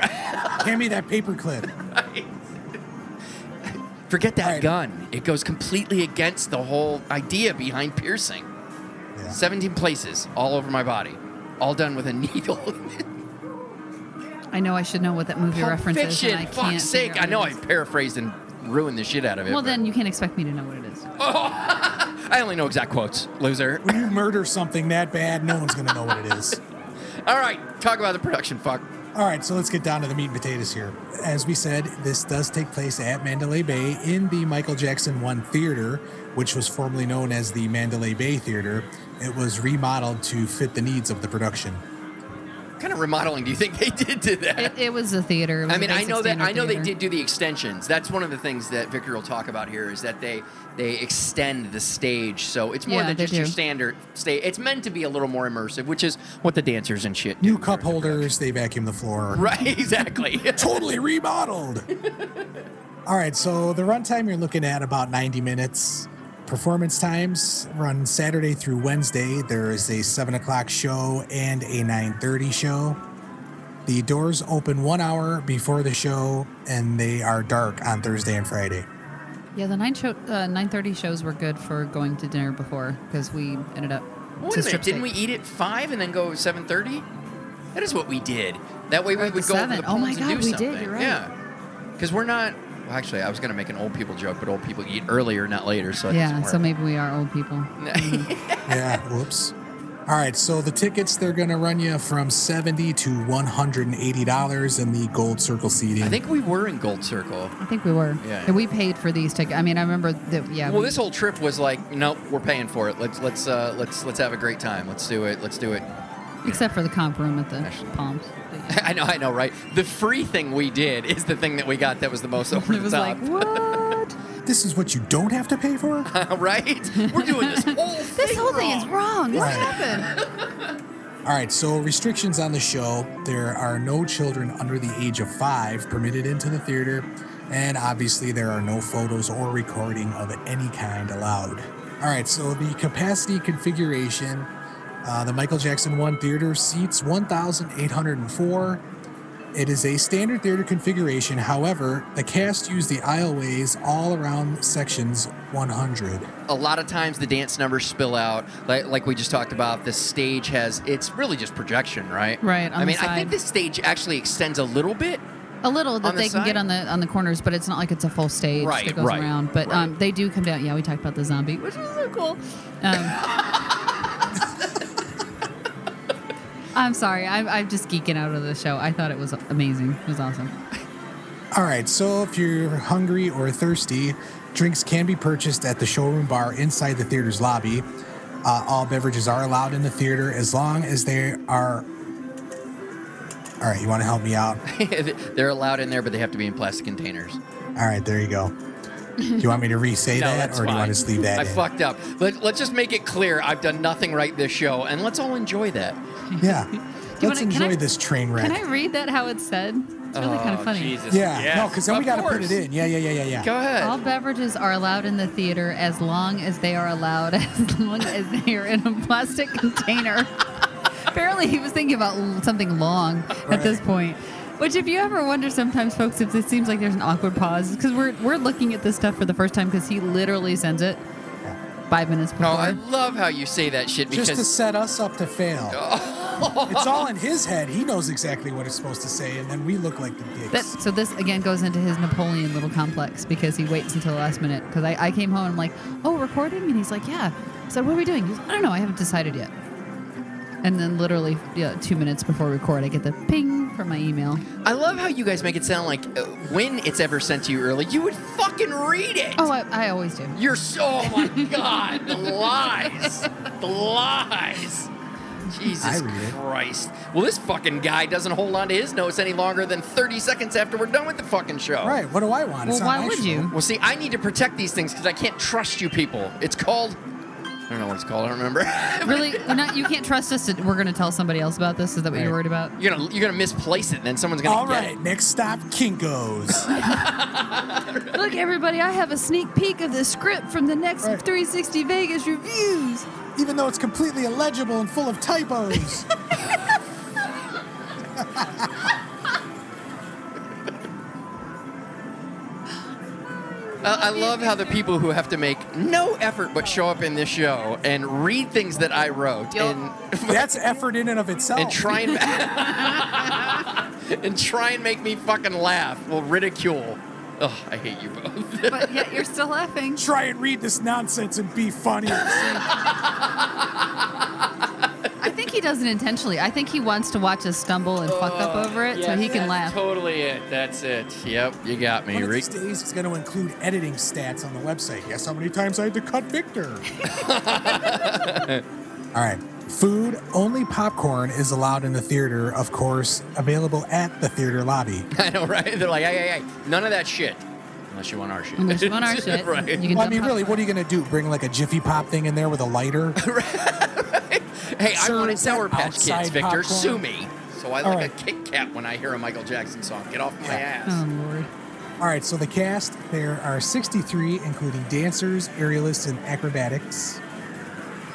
[SPEAKER 2] Hand me that paper clip.
[SPEAKER 1] Forget that
[SPEAKER 2] All right.
[SPEAKER 1] gun. It goes completely against the whole idea behind piercing.
[SPEAKER 2] Yeah.
[SPEAKER 1] Seventeen places all over my body, all done with a needle.
[SPEAKER 3] I know I should know what that movie
[SPEAKER 1] Pulp
[SPEAKER 3] reference is,
[SPEAKER 1] Fiction.
[SPEAKER 3] and I can't.
[SPEAKER 1] Fuck's
[SPEAKER 3] figure
[SPEAKER 1] sake!
[SPEAKER 3] out
[SPEAKER 1] I know
[SPEAKER 3] what
[SPEAKER 1] I
[SPEAKER 3] it is.
[SPEAKER 1] paraphrased and ruined the shit out of it.
[SPEAKER 3] Well,
[SPEAKER 1] but-
[SPEAKER 3] then you can't expect me to know what it is.
[SPEAKER 1] Oh, I only know exact quotes, loser.
[SPEAKER 2] When you murder something that bad, no one's going to know what it is.
[SPEAKER 1] All right, talk about the production. Fuck.
[SPEAKER 2] All right, so let's get down to the meat and potatoes here. As we said, this does take place at Mandalay Bay in the Michael Jackson 1 Theater, which was formerly known as the Mandalay Bay Theater. It was remodeled to fit the needs of the production.
[SPEAKER 1] What kind of remodeling do you think they did to that?
[SPEAKER 3] It, it was a theater. It was
[SPEAKER 1] I
[SPEAKER 3] a
[SPEAKER 1] mean, I
[SPEAKER 3] basic
[SPEAKER 1] know that
[SPEAKER 3] standard
[SPEAKER 1] I know they
[SPEAKER 3] theater.
[SPEAKER 1] did do the extensions. That's one of the things that Victor will talk about here is that they they extend the stage, so it's more
[SPEAKER 3] Yeah,
[SPEAKER 1] than
[SPEAKER 3] they
[SPEAKER 1] just your
[SPEAKER 3] do.
[SPEAKER 1] standard stage. It's meant to be a little more immersive, which is what the dancers and shit. do
[SPEAKER 2] New cup
[SPEAKER 1] during the
[SPEAKER 2] holders, they vacuum the floor.
[SPEAKER 1] production. right? Exactly.
[SPEAKER 2] Totally remodeled. All right, so the runtime you're looking at about 90 minutes. Performance times run Saturday through Wednesday. There is a seven o'clock show and a 9:30 show. The doors open one hour before the show, and they are dark on Thursday and Friday.
[SPEAKER 3] Yeah, the nine show, uh, nine thirty shows were good for going to dinner before because we ended up.
[SPEAKER 1] Wait
[SPEAKER 3] to
[SPEAKER 1] a
[SPEAKER 3] strip
[SPEAKER 1] minute, didn't we eat
[SPEAKER 3] steak.
[SPEAKER 1] at five and then go seven thirty? That is what we did. That way we
[SPEAKER 3] Or at
[SPEAKER 1] would
[SPEAKER 3] the
[SPEAKER 1] go over
[SPEAKER 3] seven.
[SPEAKER 1] the
[SPEAKER 3] Oh my
[SPEAKER 1] phones and
[SPEAKER 3] God,
[SPEAKER 1] do
[SPEAKER 3] we did,
[SPEAKER 1] something.
[SPEAKER 3] you're right.
[SPEAKER 1] Yeah, because we're not. Actually, I was going to make an old people joke, but old people eat earlier, not later, so it
[SPEAKER 3] yeah, so
[SPEAKER 1] doesn't work.
[SPEAKER 3] maybe we are old people.
[SPEAKER 2] Yeah, whoops. All right, so the tickets they're gonna run you from seventy to one hundred and eighty dollars in the gold circle seating.
[SPEAKER 1] I think we were in Gold Circle.
[SPEAKER 3] I think we were.
[SPEAKER 1] Yeah.
[SPEAKER 3] And we paid for these tickets. I mean, I remember that. Yeah.
[SPEAKER 1] Well,
[SPEAKER 3] we-
[SPEAKER 1] this whole trip was like, nope, we're paying for it. Let's let's uh, let's let's have a great time. Let's do it. Let's do it.
[SPEAKER 3] except for the comp room at the
[SPEAKER 1] Actually-
[SPEAKER 3] Palms. But yeah.
[SPEAKER 1] I know, I know, right? The free thing we did is the thing that we got that was the most over
[SPEAKER 3] It
[SPEAKER 1] the
[SPEAKER 3] was
[SPEAKER 1] top,
[SPEAKER 3] like what?
[SPEAKER 2] this is what you don't have to pay for.
[SPEAKER 1] right? We're doing this whole thing.
[SPEAKER 4] This whole thing is wrong. This
[SPEAKER 2] Right.
[SPEAKER 4] happened.
[SPEAKER 2] All right, so restrictions on the show. There are no children under the age of five permitted into the theater, and obviously there are no photos or recording of any kind allowed. All right, so the capacity configuration uh, the Michael Jackson 1 theater seats 1,804. It is a standard theater configuration, however, the cast used the aisleways all around sections 100.
[SPEAKER 1] a lot of times the dance numbers spill out like, like we just talked about the stage has it's really just projection right
[SPEAKER 3] Right, on
[SPEAKER 1] i
[SPEAKER 3] the
[SPEAKER 1] mean i think
[SPEAKER 3] side.
[SPEAKER 1] this stage actually extends a little bit
[SPEAKER 3] A little that
[SPEAKER 1] On the
[SPEAKER 3] they can
[SPEAKER 1] side?
[SPEAKER 3] get on the on the corners, but it's not like it's a full stage
[SPEAKER 1] Right,
[SPEAKER 3] that goes
[SPEAKER 1] right,
[SPEAKER 3] around. But um,
[SPEAKER 1] right.
[SPEAKER 3] they do come down. Yeah, we talked about the zombie, which was so cool. Um, I'm sorry, I'm, I'm just geeking out of the show. I thought it was amazing. It was awesome.
[SPEAKER 2] All right, so if you're hungry or thirsty, drinks can be purchased at the showroom bar inside the theater's lobby. Uh, all beverages are allowed in the theater as long as they are. All right, you want to help me out?
[SPEAKER 1] they're allowed in there but they have to be in plastic containers
[SPEAKER 2] All right, there you go. Do you want me to re say
[SPEAKER 1] no
[SPEAKER 2] that,
[SPEAKER 1] that's
[SPEAKER 2] or do you
[SPEAKER 1] fine.
[SPEAKER 2] want to just leave that
[SPEAKER 1] i
[SPEAKER 2] in?
[SPEAKER 1] fucked up Let, let's just make it clear i've done nothing right this show and let's all enjoy that
[SPEAKER 2] yeah,
[SPEAKER 3] you
[SPEAKER 2] let's
[SPEAKER 3] wanna- can
[SPEAKER 2] enjoy
[SPEAKER 3] I-
[SPEAKER 2] this train wreck.
[SPEAKER 3] Can I read that how it's said? It's really
[SPEAKER 1] Oh,
[SPEAKER 3] kind of funny.
[SPEAKER 7] Jesus.
[SPEAKER 2] yeah, no, because then we
[SPEAKER 1] of
[SPEAKER 2] got to put
[SPEAKER 1] course.
[SPEAKER 2] it in. Yeah, yeah, yeah, yeah, yeah.
[SPEAKER 1] go ahead
[SPEAKER 3] All beverages are allowed in the theater as long as they are allowed, as long as they are in a plastic container. Apparently, he was thinking about l- something long at this point. Which, if you ever wonder sometimes, folks, if this seems like there's an awkward pause, because we're, we're looking at this stuff for the first time because he literally sends it five minutes before.
[SPEAKER 1] no i love how you say that shit
[SPEAKER 2] Just to
[SPEAKER 1] because
[SPEAKER 2] set us up to fail. it's all in his head. He knows exactly what it's supposed to say, and then we look like the dicks.
[SPEAKER 3] That, so this again goes into his Napoleon little complex because he waits until the last minute. Because I, I came home and I'm like, oh, recording, and he's like, yeah. I said, what are we doing? He's, I don't know. I haven't decided yet. And then literally yeah, two minutes before record, I get the ping from my email.
[SPEAKER 1] I love how you guys make it sound like uh, when it's ever sent to you early, you would fucking read it.
[SPEAKER 3] Oh, I, I always do.
[SPEAKER 1] You're so. Oh my God! The lies, the lies.
[SPEAKER 2] I
[SPEAKER 1] Jesus
[SPEAKER 2] read it.
[SPEAKER 1] Christ! Well, this fucking guy doesn't hold on to his notes any longer than 30 seconds after we're done with the fucking show.
[SPEAKER 2] Right. What do I want?
[SPEAKER 3] Oh. Well,
[SPEAKER 2] It's not
[SPEAKER 3] why
[SPEAKER 2] my
[SPEAKER 3] would
[SPEAKER 2] show.
[SPEAKER 3] you?
[SPEAKER 1] Well, see, I need to protect these things because I can't trust you people. It's called. I don't know what it's called. I don't remember.
[SPEAKER 3] Really, you're not, you can't trust us. To, we're going to tell somebody else about this. Is that what you're
[SPEAKER 2] Right.
[SPEAKER 3] worried about?
[SPEAKER 1] you're gonna you're gonna misplace it, and then someone's gonna
[SPEAKER 2] All
[SPEAKER 1] get
[SPEAKER 2] right.
[SPEAKER 1] it.
[SPEAKER 2] Next stop, Kinkos.
[SPEAKER 3] Look, everybody, I have a sneak peek of the script from the next
[SPEAKER 2] Right.
[SPEAKER 3] 360 Vegas reviews.
[SPEAKER 2] Even though it's completely illegible and full of typos.
[SPEAKER 1] Uh, I I love how the people who have to make no effort but show up in this show and read things that I wrote and
[SPEAKER 2] That's effort in and of itself.
[SPEAKER 3] Oh.
[SPEAKER 1] and try and and try and make me fucking laugh. Well, ridicule. Ugh, I hate you both.
[SPEAKER 4] But yet you're still laughing.
[SPEAKER 2] Try and read this nonsense and be funny.
[SPEAKER 3] I think he does it intentionally. I think he wants to watch us stumble and fuck up over it so he can laugh.
[SPEAKER 7] Totally it. That's it.
[SPEAKER 1] Yep, you got me.
[SPEAKER 2] One of
[SPEAKER 1] Re-
[SPEAKER 2] these days, it's going to include editing stats on the website. Guess how many times I had to cut Victor. All right. Food only popcorn is allowed in the theater, of course, available at the theater lobby.
[SPEAKER 1] I know, right? They're like, hey, hey, hey, none of that shit. Unless you want our shit.
[SPEAKER 3] Unless you want our shit,
[SPEAKER 1] right.
[SPEAKER 3] you can
[SPEAKER 2] Well, I
[SPEAKER 3] dump
[SPEAKER 2] mean, really,
[SPEAKER 3] popcorn.
[SPEAKER 2] what are you going to do? Bring like a Jiffy Pop thing in there with a lighter?
[SPEAKER 1] hey, I
[SPEAKER 2] Sir,
[SPEAKER 1] wanted
[SPEAKER 2] is that
[SPEAKER 1] Sour Patch Kids,
[SPEAKER 2] outside
[SPEAKER 1] Victor.
[SPEAKER 2] popcorn?
[SPEAKER 1] Sue me. So I
[SPEAKER 2] All
[SPEAKER 1] like
[SPEAKER 2] right.
[SPEAKER 1] a Kit Kat when I hear a Michael Jackson song. Get off my
[SPEAKER 2] Yeah. Hmm.
[SPEAKER 1] ass.
[SPEAKER 3] Oh lord.
[SPEAKER 2] All right, so the cast, there are 63, including dancers, aerialists, and acrobatics.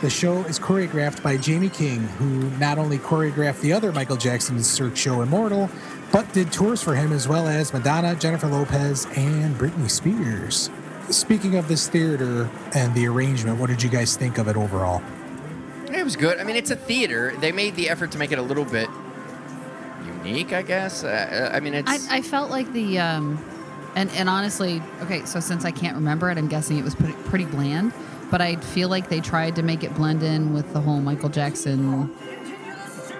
[SPEAKER 2] The show is choreographed by Jamie King, who not only choreographed the other Michael Jackson's Cirque show Immortal, but did tours for him as well as Madonna, Jennifer Lopez, and Britney Spears. Speaking of this theater and the arrangement, what did you guys think of it overall?
[SPEAKER 1] It was good. I mean, it's a theater. They made the effort to make it a little bit unique, I guess. Uh, I mean, it's.
[SPEAKER 3] I, I felt like the um, And and honestly, okay, so since I can't remember it, I'm guessing it was pretty, pretty bland. But I feel like they tried to make it blend in with the whole Michael Jackson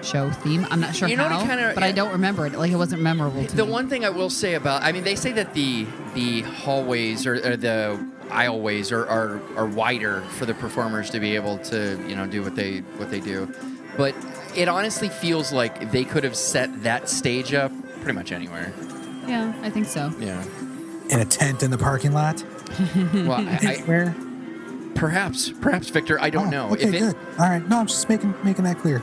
[SPEAKER 3] show theme. I'm not sure
[SPEAKER 1] You know what
[SPEAKER 3] how,
[SPEAKER 1] it kinda-
[SPEAKER 3] but I don't remember it. Like it wasn't memorable to
[SPEAKER 1] The
[SPEAKER 3] me.
[SPEAKER 1] one thing I will say about, I mean, they say that the the hallways or, or the aisleways are, are are wider for the performers to be able to you know do what they what they do, but it honestly feels like they could have set that stage up pretty much anywhere.
[SPEAKER 3] yeah, I think so.
[SPEAKER 1] Yeah.
[SPEAKER 2] In a tent in the parking lot?
[SPEAKER 1] Well, I,
[SPEAKER 2] Where?
[SPEAKER 1] I, perhaps perhaps Victor, I don't know
[SPEAKER 2] Oh, Okay,
[SPEAKER 1] if,
[SPEAKER 2] good.
[SPEAKER 1] it,
[SPEAKER 2] All right. No, I'm just making making that clear.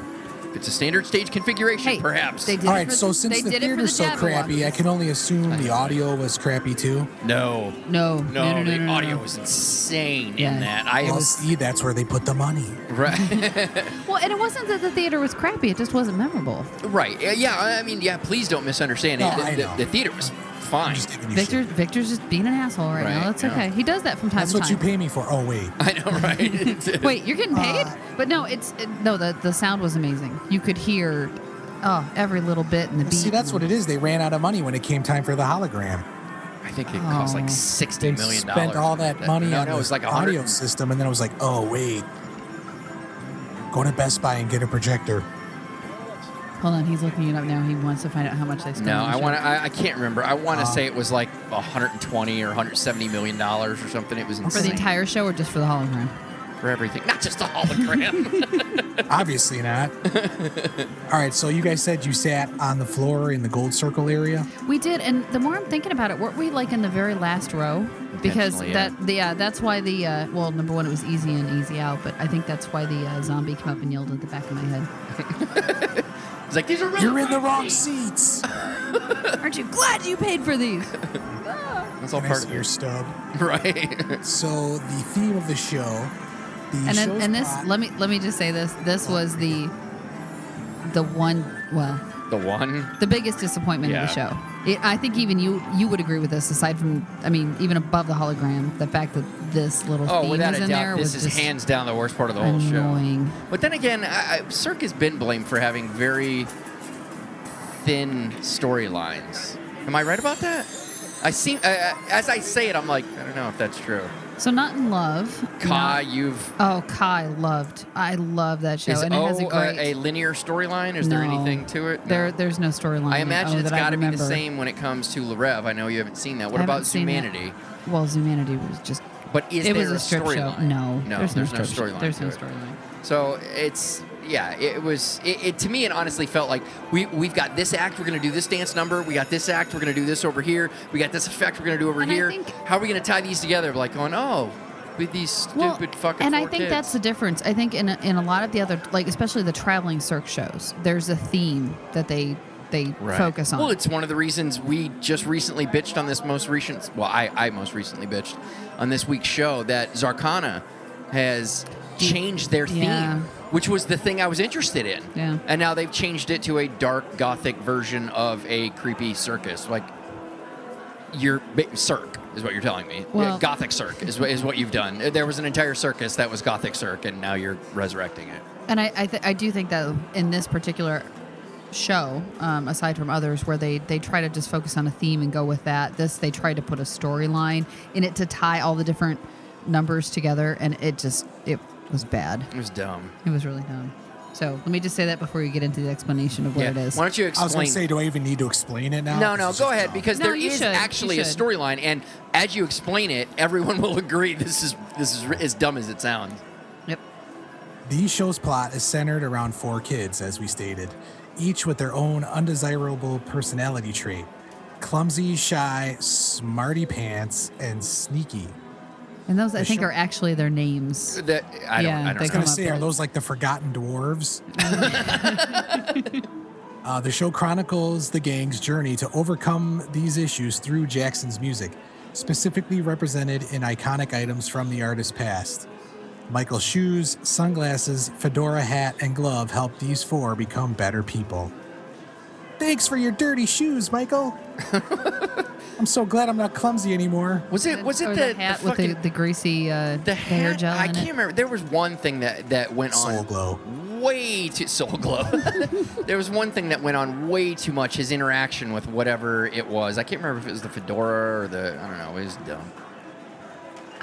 [SPEAKER 1] if it's a standard stage configuration.
[SPEAKER 4] Hey,
[SPEAKER 1] perhaps.
[SPEAKER 4] They did
[SPEAKER 2] All
[SPEAKER 4] it
[SPEAKER 2] right.
[SPEAKER 4] for-
[SPEAKER 2] So since
[SPEAKER 4] they
[SPEAKER 2] the
[SPEAKER 4] did it for
[SPEAKER 2] theater's so
[SPEAKER 4] Jabberwock.
[SPEAKER 2] crappy, I can only assume the audio was crappy too.
[SPEAKER 1] no. No,
[SPEAKER 3] No, no, no, no,
[SPEAKER 1] the
[SPEAKER 3] no, no,
[SPEAKER 1] audio
[SPEAKER 3] no.
[SPEAKER 1] was insane
[SPEAKER 3] Yeah.
[SPEAKER 1] in that. I
[SPEAKER 2] Well,
[SPEAKER 1] was
[SPEAKER 2] see, that's where they put the money.
[SPEAKER 1] right.
[SPEAKER 3] Well, and it wasn't that the theater was crappy; it just wasn't memorable.
[SPEAKER 1] Right. Uh, Yeah. I I mean, yeah. Please don't misunderstand.
[SPEAKER 2] No,
[SPEAKER 1] it. The,
[SPEAKER 2] I
[SPEAKER 1] the-
[SPEAKER 2] know.
[SPEAKER 1] the theater was fine.
[SPEAKER 2] I'm just giving you
[SPEAKER 3] Victor,
[SPEAKER 2] shit.
[SPEAKER 3] Victor's just being an asshole right,
[SPEAKER 1] Right,
[SPEAKER 3] now. That's
[SPEAKER 1] yeah.
[SPEAKER 3] okay. He does that from time
[SPEAKER 2] That's
[SPEAKER 3] to
[SPEAKER 2] what
[SPEAKER 3] time.
[SPEAKER 2] you pay me for. Oh wait.
[SPEAKER 1] I know, right?
[SPEAKER 3] Wait, you're getting paid?
[SPEAKER 2] Uh.
[SPEAKER 3] but no, it's it, no. The the sound was amazing. You could hear, oh, every little bit in the beat.
[SPEAKER 2] See, that's what it is. They ran out of money when it came time for the hologram.
[SPEAKER 1] I think it cost like
[SPEAKER 3] Oh.
[SPEAKER 1] sixty
[SPEAKER 2] They
[SPEAKER 1] million dollars.
[SPEAKER 2] spent all that money
[SPEAKER 1] No,
[SPEAKER 2] on
[SPEAKER 1] no, it was like
[SPEAKER 2] the
[SPEAKER 1] a
[SPEAKER 2] audio
[SPEAKER 1] hundred.
[SPEAKER 2] system, and then it was like, oh wait, go to Best Buy and get a projector.
[SPEAKER 3] Hold on, he's looking it up now. He wants to find out how much they spent.
[SPEAKER 1] No,
[SPEAKER 3] on the
[SPEAKER 1] I
[SPEAKER 3] show.
[SPEAKER 1] want to. I, I can't remember. I want to
[SPEAKER 2] Um,
[SPEAKER 1] say it was like hundred and twenty or hundred seventy million dollars or something. It was
[SPEAKER 3] for
[SPEAKER 1] insane.
[SPEAKER 3] the entire show or just for the hologram.
[SPEAKER 1] for everything, not just the hologram.
[SPEAKER 2] Obviously not. All right, so you guys said you sat on the floor in the gold circle area.
[SPEAKER 3] We did, and the more I'm thinking about it, weren't we like in the very last row? Because
[SPEAKER 1] Intentionally, yeah.
[SPEAKER 3] that, the, yeah, that's why the uh, well, number one, it was easy in, easy out, but I think that's why the uh, zombie came up and yelled at the back of my head.
[SPEAKER 1] it's like these are
[SPEAKER 2] You're in the wrong seats.
[SPEAKER 4] Aren't you glad?
[SPEAKER 3] Glad you paid for these.
[SPEAKER 1] That's all
[SPEAKER 2] And I
[SPEAKER 1] part
[SPEAKER 2] see
[SPEAKER 1] of
[SPEAKER 2] your
[SPEAKER 1] yours,
[SPEAKER 2] stub.
[SPEAKER 1] right?
[SPEAKER 2] So the theme of the show, the
[SPEAKER 3] and then,
[SPEAKER 2] show's
[SPEAKER 3] and this,
[SPEAKER 2] plot-
[SPEAKER 3] let me let me just say this: this was the the one, well,
[SPEAKER 1] the one.
[SPEAKER 3] the biggest disappointment of the
[SPEAKER 1] Yeah.
[SPEAKER 3] show. It, I think even you you would agree with this. Aside from, I mean, even above the hologram, the fact that this little
[SPEAKER 1] Oh,
[SPEAKER 3] theme
[SPEAKER 1] without
[SPEAKER 3] was
[SPEAKER 1] a
[SPEAKER 3] in there
[SPEAKER 1] doubt, this
[SPEAKER 3] was
[SPEAKER 1] is
[SPEAKER 3] just
[SPEAKER 1] hands down the worst part of the whole show.
[SPEAKER 3] annoying.
[SPEAKER 1] But then again, I, I, Cirque has been blamed for having very thin storylines. Am I right about that? I seem I- I as I say it, I'm like I don't know if that's true.
[SPEAKER 3] So not in love.
[SPEAKER 1] Ka,
[SPEAKER 3] not-
[SPEAKER 1] you've
[SPEAKER 3] Oh, Kai loved. I love that show,
[SPEAKER 1] is
[SPEAKER 3] and it
[SPEAKER 1] O
[SPEAKER 3] has a
[SPEAKER 1] a-
[SPEAKER 3] great.
[SPEAKER 1] a, linear storyline? Is there
[SPEAKER 3] No.
[SPEAKER 1] anything to it? No.
[SPEAKER 3] there, there's no storyline.
[SPEAKER 1] I
[SPEAKER 3] in
[SPEAKER 1] imagine
[SPEAKER 3] O
[SPEAKER 1] it's
[SPEAKER 3] that I
[SPEAKER 1] got to be the
[SPEAKER 3] remember.
[SPEAKER 1] same when it comes to Larev. I know you haven't seen that. What
[SPEAKER 3] I
[SPEAKER 1] about
[SPEAKER 3] haven't seen it.
[SPEAKER 1] Zumanity?
[SPEAKER 3] Well, Zumanity was just.
[SPEAKER 1] But is
[SPEAKER 3] it
[SPEAKER 1] there
[SPEAKER 3] was
[SPEAKER 1] a,
[SPEAKER 3] a strip show.
[SPEAKER 1] storyline?
[SPEAKER 3] No,
[SPEAKER 1] no,
[SPEAKER 3] there's, no strip show.
[SPEAKER 1] storyline.
[SPEAKER 3] There's
[SPEAKER 1] to
[SPEAKER 3] no
[SPEAKER 1] it.
[SPEAKER 3] storyline.
[SPEAKER 1] So it's yeah, it was it, it to me. It honestly felt like we we've got this act, we're gonna do this dance number. We got this act, we're gonna do this over here. We got this effect, we're gonna do over
[SPEAKER 3] And I
[SPEAKER 1] here.
[SPEAKER 3] think-
[SPEAKER 1] How are we gonna tie these together? Like going oh, with these stupid fucking.
[SPEAKER 3] and I
[SPEAKER 1] four
[SPEAKER 3] think
[SPEAKER 1] kids.
[SPEAKER 3] that's the difference. I think in a, in a lot of the other, like especially the traveling circ shows, there's a theme that they they focus on.
[SPEAKER 1] Well, it's one of the reasons we just recently bitched on this most recent. Well, I, I most recently bitched on this week's show that Zarkana has changed their theme,
[SPEAKER 3] Yeah.
[SPEAKER 1] which was the thing I was interested in.
[SPEAKER 3] Yeah.
[SPEAKER 1] And now they've changed it to a dark gothic version of a creepy circus. Like your ba- circ is what you're telling me.
[SPEAKER 3] Well-
[SPEAKER 1] Yeah, gothic circ is what, is what you've done. There was an entire circus that was gothic circ, and now you're resurrecting it.
[SPEAKER 3] And I I, th- I do think that in this particular show, um, aside from others where they they try to just focus on a theme and go with that, this they tried to put a storyline in it to tie all the different numbers together, and it just it was bad.
[SPEAKER 1] It was dumb.
[SPEAKER 3] It was really dumb. So let me just say that before you get into the explanation of what it is.
[SPEAKER 1] Why don't you explain?
[SPEAKER 2] I was going to say, do I even need to explain it now?
[SPEAKER 1] No,
[SPEAKER 2] 'Cause
[SPEAKER 1] no,
[SPEAKER 2] it's
[SPEAKER 1] go
[SPEAKER 2] just
[SPEAKER 1] ahead
[SPEAKER 2] dumb.
[SPEAKER 1] because
[SPEAKER 3] No,
[SPEAKER 1] there
[SPEAKER 3] you
[SPEAKER 1] is
[SPEAKER 3] should. You
[SPEAKER 1] actually a
[SPEAKER 3] should.
[SPEAKER 1] storyline, and as you explain it, everyone will agree this is this is r- as dumb as it sounds.
[SPEAKER 3] Yep.
[SPEAKER 2] The show's plot is centered around four kids, as we stated, each with their own undesirable personality trait clumsy, shy, smarty pants, and sneaky.
[SPEAKER 3] And those I think
[SPEAKER 2] show-
[SPEAKER 3] are actually their names.
[SPEAKER 1] That I don't,
[SPEAKER 3] Yeah,
[SPEAKER 1] I
[SPEAKER 3] they
[SPEAKER 1] don't know.
[SPEAKER 2] I
[SPEAKER 3] come
[SPEAKER 2] was gonna
[SPEAKER 3] up
[SPEAKER 2] say, are
[SPEAKER 3] with.
[SPEAKER 2] those like the forgotten dwarves?
[SPEAKER 3] Mm-hmm.
[SPEAKER 2] uh, the show chronicles the gang's journey to overcome these issues through Jackson's music, specifically represented in iconic items from the artist's past. Michael's shoes, sunglasses, fedora hat, and glove helped these four become better people. Thanks for your dirty shoes, Michael. I'm so glad I'm not clumsy anymore.
[SPEAKER 1] Was it was it
[SPEAKER 3] Or
[SPEAKER 1] the,
[SPEAKER 3] the hat
[SPEAKER 1] the fucking,
[SPEAKER 3] with the, the greasy uh,
[SPEAKER 1] the
[SPEAKER 3] hair
[SPEAKER 1] hat?
[SPEAKER 3] gel?
[SPEAKER 1] I
[SPEAKER 3] in
[SPEAKER 1] can't
[SPEAKER 3] it?
[SPEAKER 1] remember. There was one thing that that went
[SPEAKER 2] Soul
[SPEAKER 1] on
[SPEAKER 2] glow.
[SPEAKER 1] way too Soul Glow. there was one thing that went on way too much. His interaction with whatever it was. I can't remember if it was the fedora or the I don't know. It was dumb.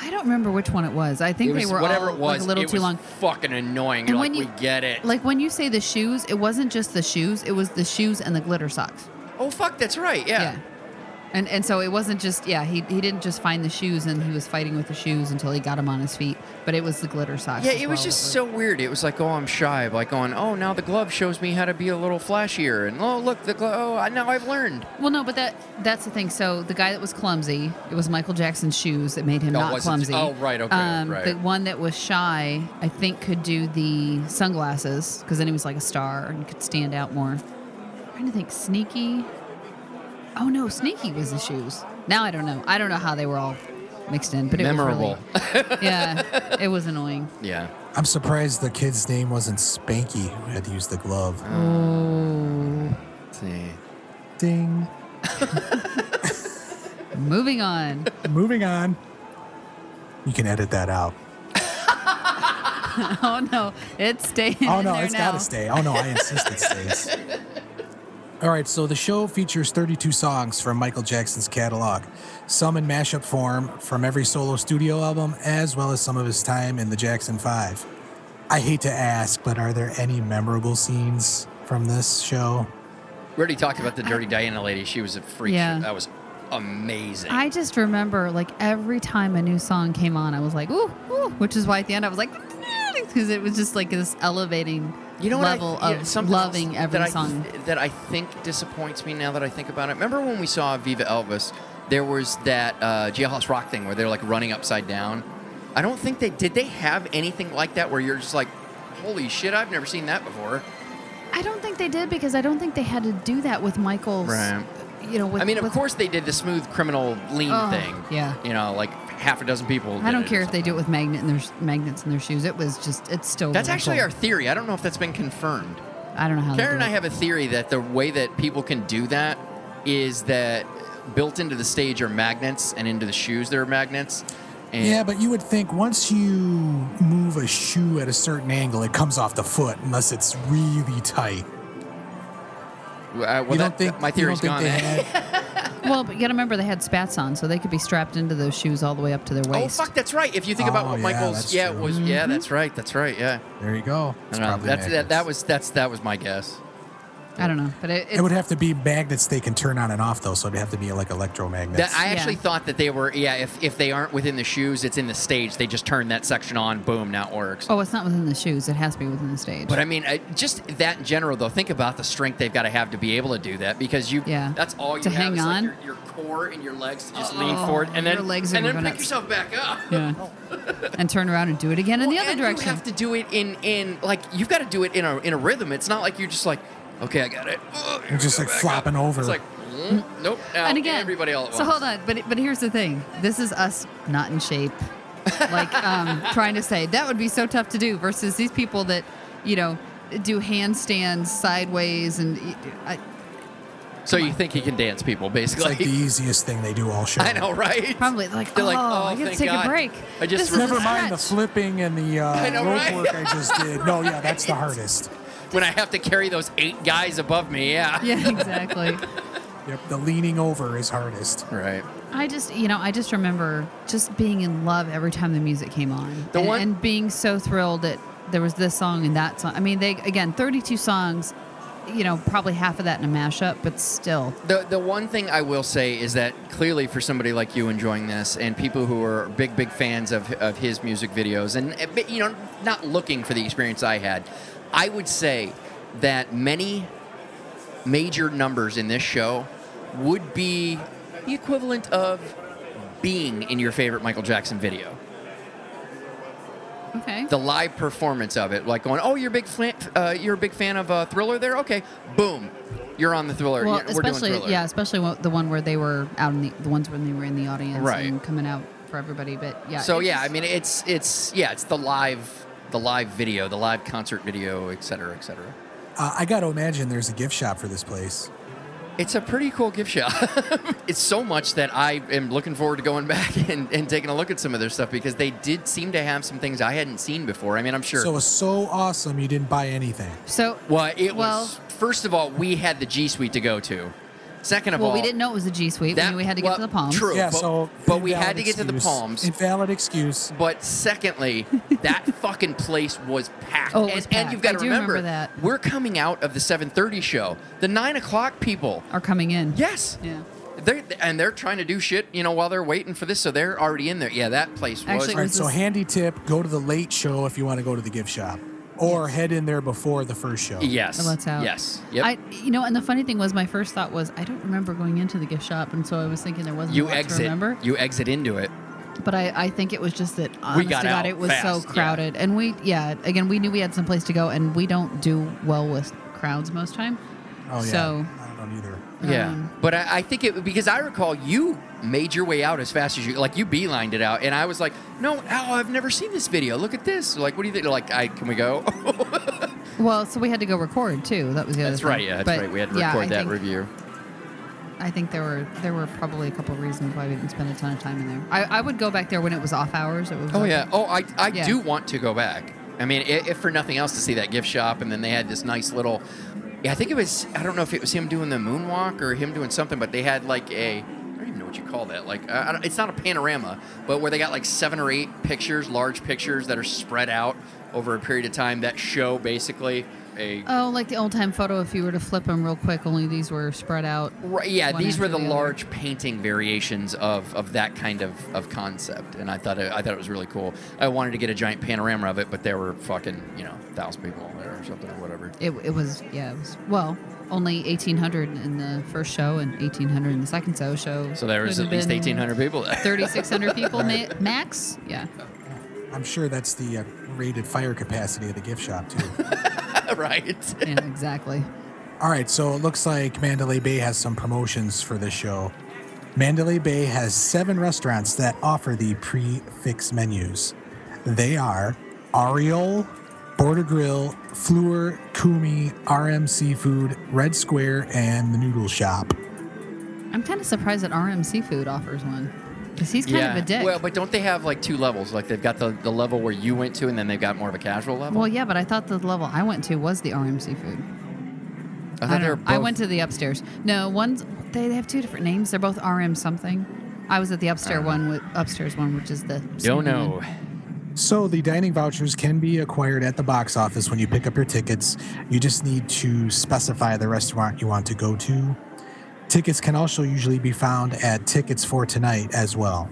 [SPEAKER 3] I don't remember which one it was. I think
[SPEAKER 1] it was
[SPEAKER 3] they were
[SPEAKER 1] whatever
[SPEAKER 3] all
[SPEAKER 1] it was.
[SPEAKER 3] like a little
[SPEAKER 1] it
[SPEAKER 3] too
[SPEAKER 1] was
[SPEAKER 3] long.
[SPEAKER 1] Fucking annoying. You're like, we get it.
[SPEAKER 3] Like when you say the shoes, it wasn't just the shoes; it was the shoes and the glitter socks.
[SPEAKER 1] oh fuck, that's right. Yeah.
[SPEAKER 3] And and so it wasn't just yeah he he didn't just find the shoes and he was fighting with the shoes until he got them on his feet, but it was the glitter socks.
[SPEAKER 1] Yeah,
[SPEAKER 3] as
[SPEAKER 1] it was
[SPEAKER 3] well
[SPEAKER 1] just
[SPEAKER 3] that
[SPEAKER 1] so weird. It was like, oh, I'm shy by going, oh, now the glove shows me how to be a little flashier, and oh, look, the glove. Oh, I- now I've learned.
[SPEAKER 3] were- Well, no, but that that's the thing. So the guy that was clumsy, it was Michael Jackson's shoes that made him
[SPEAKER 1] Oh,
[SPEAKER 3] not
[SPEAKER 1] was it-
[SPEAKER 3] clumsy.
[SPEAKER 1] oh, right, okay,
[SPEAKER 3] Um,
[SPEAKER 1] right.
[SPEAKER 3] The one that was shy, I think, could do the sunglasses because then he was like a star and could stand out more. I'm trying to think, sneaky. Oh no, sneaky was the shoes. Now I don't know. I don't know how they were all mixed in, but it
[SPEAKER 1] Memorable.
[SPEAKER 3] was really, yeah, it was annoying.
[SPEAKER 1] yeah.
[SPEAKER 2] I'm surprised the kid's name wasn't Spanky who had to use the glove.
[SPEAKER 3] Oh.
[SPEAKER 1] See.
[SPEAKER 2] Ding.
[SPEAKER 3] Moving on.
[SPEAKER 2] Moving on. You can edit that out.
[SPEAKER 3] Oh no, it's staying.
[SPEAKER 2] Oh
[SPEAKER 3] in
[SPEAKER 2] no,
[SPEAKER 3] there
[SPEAKER 2] it's
[SPEAKER 3] now.
[SPEAKER 2] gotta stay. Oh no, I insist it stays. All right, so the show features 32 songs from Michael Jackson's catalog, some in mashup form from every solo studio album, as well as some of his time in the Jackson 5. I hate to ask, but are there any memorable scenes from this show?
[SPEAKER 1] We already talked about the Dirty Diana lady. She was a freak.
[SPEAKER 3] Yeah.
[SPEAKER 1] That was amazing.
[SPEAKER 3] I just remember like every time a new song came on, I was like, ooh, ooh which is why at the end I was like, because it was just like this elevating
[SPEAKER 1] what I-
[SPEAKER 3] level
[SPEAKER 1] yeah,
[SPEAKER 3] of
[SPEAKER 1] something else
[SPEAKER 3] loving every
[SPEAKER 1] that I,
[SPEAKER 3] song.
[SPEAKER 1] that I think disappoints me now that I think about it. Remember when we saw Viva Elvis? There was that uh, Jailhouse Rock thing where they're like running upside down. I don't think they did. They have anything like that where you're just like, "Holy shit! I've never seen that before."
[SPEAKER 3] I don't think they did because I don't think they had to do that with Michael's.
[SPEAKER 1] Right.
[SPEAKER 3] You know, with,
[SPEAKER 1] I mean, of
[SPEAKER 3] with-
[SPEAKER 1] course they did the smooth criminal lean
[SPEAKER 3] Oh,
[SPEAKER 1] thing.
[SPEAKER 3] yeah.
[SPEAKER 1] You know, like half a dozen people.
[SPEAKER 3] I don't care if they do it with magnet in their sh- magnets in their shoes. It was just, it's still.
[SPEAKER 1] That's
[SPEAKER 3] really
[SPEAKER 1] actually
[SPEAKER 3] cool.
[SPEAKER 1] our theory. I don't know if that's been confirmed.
[SPEAKER 3] I don't know how. they
[SPEAKER 1] Karen and
[SPEAKER 3] do
[SPEAKER 1] I
[SPEAKER 3] it.
[SPEAKER 1] have a theory that the way that people can do that is that built into the stage are magnets, and into the shoes there are magnets. And
[SPEAKER 2] Yeah, but you would think once you move a shoe at a certain angle, it comes off the foot unless it's really tight.
[SPEAKER 1] uh, well,
[SPEAKER 2] you
[SPEAKER 1] that, that- my
[SPEAKER 2] you don't
[SPEAKER 1] theory's gone.
[SPEAKER 2] think they had-
[SPEAKER 3] Well, but you got to remember they had spats on, so they could be strapped into those shoes all the way up to their
[SPEAKER 1] oh
[SPEAKER 3] waist.
[SPEAKER 1] fuck, that's right. If you think about
[SPEAKER 2] Oh,
[SPEAKER 1] what
[SPEAKER 2] yeah,
[SPEAKER 1] Michael's,
[SPEAKER 2] that's
[SPEAKER 1] yeah, it
[SPEAKER 2] true.
[SPEAKER 1] was yeah,
[SPEAKER 3] Mm-hmm.
[SPEAKER 1] that's right, that's right, yeah.
[SPEAKER 2] There you go.
[SPEAKER 1] I
[SPEAKER 2] It's
[SPEAKER 1] don't know.
[SPEAKER 2] probably
[SPEAKER 1] That's, that, that
[SPEAKER 2] magnets.
[SPEAKER 1] was that's that was my guess.
[SPEAKER 3] I don't know, but it,
[SPEAKER 2] It would have to be magnets they can turn on and off, though, so it'd have to be like electromagnets.
[SPEAKER 1] That, I
[SPEAKER 3] Yeah.
[SPEAKER 1] actually thought that they were yeah. If if they aren't within the shoes, it's in the stage. They just turn that section on. Boom, now it works.
[SPEAKER 3] Oh, it's not within the shoes. It has to be within the stage.
[SPEAKER 1] But I mean, I, just that in general, though. Think about the strength they've got to have to be able to do that because you.
[SPEAKER 3] Yeah.
[SPEAKER 1] That's all you
[SPEAKER 3] To
[SPEAKER 1] have
[SPEAKER 3] hang
[SPEAKER 1] is
[SPEAKER 3] on. Oh,
[SPEAKER 1] Like your, your core and your legs to just lean forward and
[SPEAKER 3] your
[SPEAKER 1] then
[SPEAKER 3] legs are
[SPEAKER 1] and then
[SPEAKER 3] gonna
[SPEAKER 1] pick
[SPEAKER 3] go
[SPEAKER 1] yourself
[SPEAKER 3] nuts.
[SPEAKER 1] back up.
[SPEAKER 3] yeah. and turn around and do it again in the
[SPEAKER 1] Well,
[SPEAKER 3] other
[SPEAKER 1] and
[SPEAKER 3] direction.
[SPEAKER 1] You have to do it in in like you've got to do it in a in a rhythm. It's not like you're just like okay, I got it. Ugh, here we
[SPEAKER 2] just,
[SPEAKER 1] go
[SPEAKER 2] like,
[SPEAKER 1] back
[SPEAKER 2] flopping
[SPEAKER 1] up.
[SPEAKER 2] over.
[SPEAKER 1] It's like mm, nope. Out,
[SPEAKER 3] and again,
[SPEAKER 1] everybody all at
[SPEAKER 3] so
[SPEAKER 1] once.
[SPEAKER 3] hold on. But but here's the thing. This is us not in shape, like um, trying to say that would be so tough to do versus these people that you know do handstands sideways and I,
[SPEAKER 1] So you think he can dance, people?
[SPEAKER 2] It's
[SPEAKER 1] Basically,
[SPEAKER 2] like the easiest thing they do all show.
[SPEAKER 1] I know, right?
[SPEAKER 3] probably like
[SPEAKER 1] They're
[SPEAKER 3] oh,
[SPEAKER 1] like,
[SPEAKER 3] I
[SPEAKER 1] "Oh,
[SPEAKER 3] got to
[SPEAKER 1] thank
[SPEAKER 3] take
[SPEAKER 1] God.
[SPEAKER 3] a break.
[SPEAKER 1] I just
[SPEAKER 3] This is a
[SPEAKER 2] Never mind the
[SPEAKER 3] stretch."
[SPEAKER 2] flipping and the uh,
[SPEAKER 1] I know,
[SPEAKER 2] rope
[SPEAKER 1] right?
[SPEAKER 2] work I just did. No, yeah, that's the hardest.
[SPEAKER 1] When I have to carry those eight guys above me, yeah.
[SPEAKER 3] Yeah, exactly.
[SPEAKER 2] Yep, the leaning over is hardest.
[SPEAKER 1] Right.
[SPEAKER 3] I just, you know, I just remember just being in love every time the music came on,
[SPEAKER 1] The
[SPEAKER 3] and,
[SPEAKER 1] one-
[SPEAKER 3] and being so thrilled that there was this song and that song. I mean, they again, thirty-two songs, you know, probably half of that in a mashup, but still,
[SPEAKER 1] The, the one thing I will say is that clearly for somebody like you enjoying this and people who are big big fans of, of his music videos and uh, but, you know not looking for the experience I had, I would say that many major numbers in this show would be the equivalent of being in your favorite Michael Jackson video.
[SPEAKER 3] okay.
[SPEAKER 1] the live performance of it, like going, "Oh, you're a big fan. Uh, you're a big fan of uh, Thriller. There, okay, boom, you're on the Thriller.
[SPEAKER 3] well,
[SPEAKER 1] Yeah, we're doing
[SPEAKER 3] especially
[SPEAKER 1] Thriller.
[SPEAKER 3] yeah, especially wa- the one where they were out in the the ones when they were in the audience
[SPEAKER 1] Right.
[SPEAKER 3] and coming out for everybody. But yeah,
[SPEAKER 1] So
[SPEAKER 3] it
[SPEAKER 1] yeah,
[SPEAKER 3] just-
[SPEAKER 1] I mean, it's it's yeah, it's the live the live video, the live concert video, et cetera, et cetera.
[SPEAKER 2] Uh, I got to imagine there's a gift shop for this place.
[SPEAKER 1] It's a pretty cool gift shop. it's so much that I am looking forward to going back and, and taking a look at some of their stuff because they did seem to have some things I hadn't seen before. I mean, I'm sure.
[SPEAKER 2] So it was so awesome you didn't buy anything.
[SPEAKER 3] So
[SPEAKER 1] well, it
[SPEAKER 3] well,
[SPEAKER 1] was. First of all, we had the G Suite to go to. Second of
[SPEAKER 3] Well,
[SPEAKER 1] all,
[SPEAKER 3] we didn't know it was a G Suite. we
[SPEAKER 1] that-
[SPEAKER 3] knew we had to get
[SPEAKER 1] well,
[SPEAKER 3] to the Palms.
[SPEAKER 1] True,
[SPEAKER 2] Yeah,
[SPEAKER 1] but,
[SPEAKER 2] so
[SPEAKER 1] but we
[SPEAKER 2] invalid
[SPEAKER 1] had to get to the
[SPEAKER 2] excuse.
[SPEAKER 1] Palms.
[SPEAKER 2] Invalid excuse.
[SPEAKER 1] But secondly, that fucking place was packed.
[SPEAKER 3] Oh, it
[SPEAKER 1] and,
[SPEAKER 3] was
[SPEAKER 1] and
[SPEAKER 3] packed.
[SPEAKER 1] you've got
[SPEAKER 3] I
[SPEAKER 1] to
[SPEAKER 3] do
[SPEAKER 1] remember,
[SPEAKER 3] remember that.
[SPEAKER 1] we're coming out of the 7:30 show. The nine o'clock people,
[SPEAKER 3] Are coming in.
[SPEAKER 1] yes,
[SPEAKER 3] Yeah.
[SPEAKER 1] they're, and they're trying to do shit, you know, while they're waiting for this, so they're already in there. Yeah, that place
[SPEAKER 3] Actually,
[SPEAKER 1] was.
[SPEAKER 3] it
[SPEAKER 2] All right,
[SPEAKER 3] was
[SPEAKER 2] so
[SPEAKER 3] this-
[SPEAKER 2] handy tip: go to the late show if you want to go to the gift shop, or head in there before the first show.
[SPEAKER 1] yes.
[SPEAKER 3] It lets out.
[SPEAKER 1] Yes. Yep.
[SPEAKER 3] I, you know, and the funny thing was, my first thought was, I don't remember going into the gift shop, and so I was thinking there wasn't
[SPEAKER 1] you
[SPEAKER 3] a lot
[SPEAKER 1] exit.
[SPEAKER 3] to remember.
[SPEAKER 1] You exit into it.
[SPEAKER 3] But I, I think it was just that honest
[SPEAKER 1] got
[SPEAKER 3] to God,
[SPEAKER 1] out
[SPEAKER 3] it was
[SPEAKER 1] fast,
[SPEAKER 3] so
[SPEAKER 1] yeah.
[SPEAKER 3] crowded. And we yeah, again we knew we had some place to go and we don't do well with crowds most time.
[SPEAKER 2] Oh yeah.
[SPEAKER 3] So-
[SPEAKER 2] I don't either.
[SPEAKER 1] Yeah,
[SPEAKER 3] Um,
[SPEAKER 1] but I, I think it because I recall you made your way out as fast as you like you beelined it out, and I was like, "No, oh, I've never seen this video. Look at this. Like, what do you think? Like, I can we go?
[SPEAKER 3] Well, so we had to go record too. That was the other
[SPEAKER 1] that's
[SPEAKER 3] thing.
[SPEAKER 1] right. Yeah, that's
[SPEAKER 3] But,
[SPEAKER 1] right. We had to
[SPEAKER 3] yeah,
[SPEAKER 1] record
[SPEAKER 3] I
[SPEAKER 1] that
[SPEAKER 3] think,
[SPEAKER 1] review.
[SPEAKER 3] I think there were there were probably a couple reasons why we didn't spend a ton of time in there. I, I would go back there when it was off hours. It was
[SPEAKER 1] Oh
[SPEAKER 3] like-
[SPEAKER 1] yeah. Oh, I I
[SPEAKER 3] Yeah.
[SPEAKER 1] do want to go back. I mean, i- if for nothing else, to see that gift shop, and then they had this nice little. Yeah, I think it was. I don't know if it was him doing the moonwalk or him doing something, but they had like a. I don't even know what you call that. Like, I I don't, it's not a panorama, but where they got like seven or eight pictures, large pictures that are spread out over a period of time that show basically a.
[SPEAKER 3] Oh, like the old time photo. If you were to flip them real quick, only these were spread out.
[SPEAKER 1] Right, yeah,
[SPEAKER 3] one
[SPEAKER 1] these were
[SPEAKER 3] after
[SPEAKER 1] the
[SPEAKER 3] the other.
[SPEAKER 1] large painting variations of, of that kind of, of concept, and I thought it, I thought it was really cool. I wanted to get a giant panorama of it, but there were fucking you know thousand people in there or something or whatever.
[SPEAKER 3] It, it was yeah. It was well only eighteen hundred in the first show and eighteen hundred in the second show. Show
[SPEAKER 1] So there was at
[SPEAKER 3] could have
[SPEAKER 1] least
[SPEAKER 3] been
[SPEAKER 1] eighteen hundred people there.
[SPEAKER 3] 3,600 people ma- max. Yeah.
[SPEAKER 2] I'm sure that's the uh, rated fire capacity of the gift shop too.
[SPEAKER 1] right?
[SPEAKER 3] Yeah, exactly.
[SPEAKER 2] All right, so it looks like Mandalay Bay has some promotions for this show. Mandalay Bay has seven restaurants that offer the prefix menus. They are Ariel, Border Grill, Fleur, Kumi, RM Seafood, Red Square, and the Noodle Shop.
[SPEAKER 3] I'm kind of surprised that RM Seafood offers one because he's kind
[SPEAKER 1] yeah.
[SPEAKER 3] of a dick.
[SPEAKER 1] Well, but don't they have like two levels? Like they've got the, the level where you went to, and then they've got more of a casual level.
[SPEAKER 3] Well, yeah, but I thought the level I went to was the RM Seafood.
[SPEAKER 1] I
[SPEAKER 3] I,
[SPEAKER 1] thought they were
[SPEAKER 3] don't know. I
[SPEAKER 1] both-
[SPEAKER 3] went to the upstairs. No, one's they they have two different names. They're both RM something. I was at the
[SPEAKER 1] Ah.
[SPEAKER 3] upstairs one, with, upstairs one, which is the
[SPEAKER 1] Don't
[SPEAKER 3] Sydney
[SPEAKER 1] know.
[SPEAKER 3] one.
[SPEAKER 2] So the dining vouchers can be acquired at the box office when you pick up your tickets. You just need to specify the restaurant you want to go to. Tickets can also usually be found at Tickets for Tonight as well.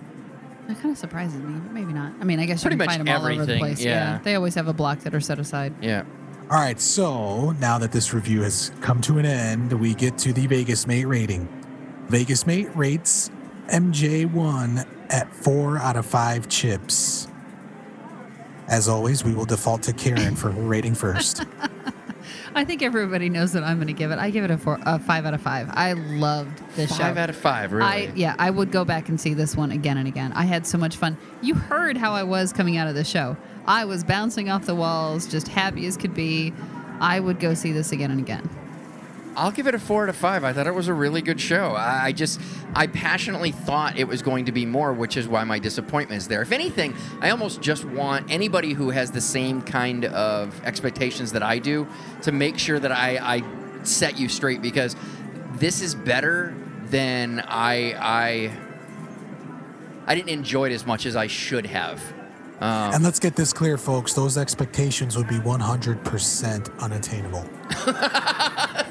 [SPEAKER 3] That kind of surprises me, but maybe not. I mean, I guess
[SPEAKER 1] Pretty
[SPEAKER 3] you can
[SPEAKER 1] much
[SPEAKER 3] find them all over the
[SPEAKER 1] everything,
[SPEAKER 3] place.
[SPEAKER 1] yeah.
[SPEAKER 3] they always have a block that are set aside.
[SPEAKER 1] Yeah.
[SPEAKER 2] All right, so now that this review has come to an end, we get to the Vegas Mate rating. Vegas Mate rates MJ1 at 4 out of 5 chips. As always, we will default to Karen for her rating first.
[SPEAKER 3] I think everybody knows that I'm going to give it. I give it a four, a five out of five. I loved this show.
[SPEAKER 1] Five out of five, really.
[SPEAKER 3] I yeah, I would go back and see this one again and again. I had so much fun. You heard how I was coming out of the show. I was bouncing off the walls, just happy as could be. I would go see this again and again.
[SPEAKER 1] I'll give it a four out of five. I thought it was a really good show. I I just, I passionately thought it was going to be more, which is why my disappointment is there. If anything, I almost just want anybody who has the same kind of expectations that I do to make sure that I, I set you straight because this is better than I, I, I didn't enjoy it as much as I should have. Um,
[SPEAKER 2] and let's get this clear, folks those expectations would be 100% unattainable.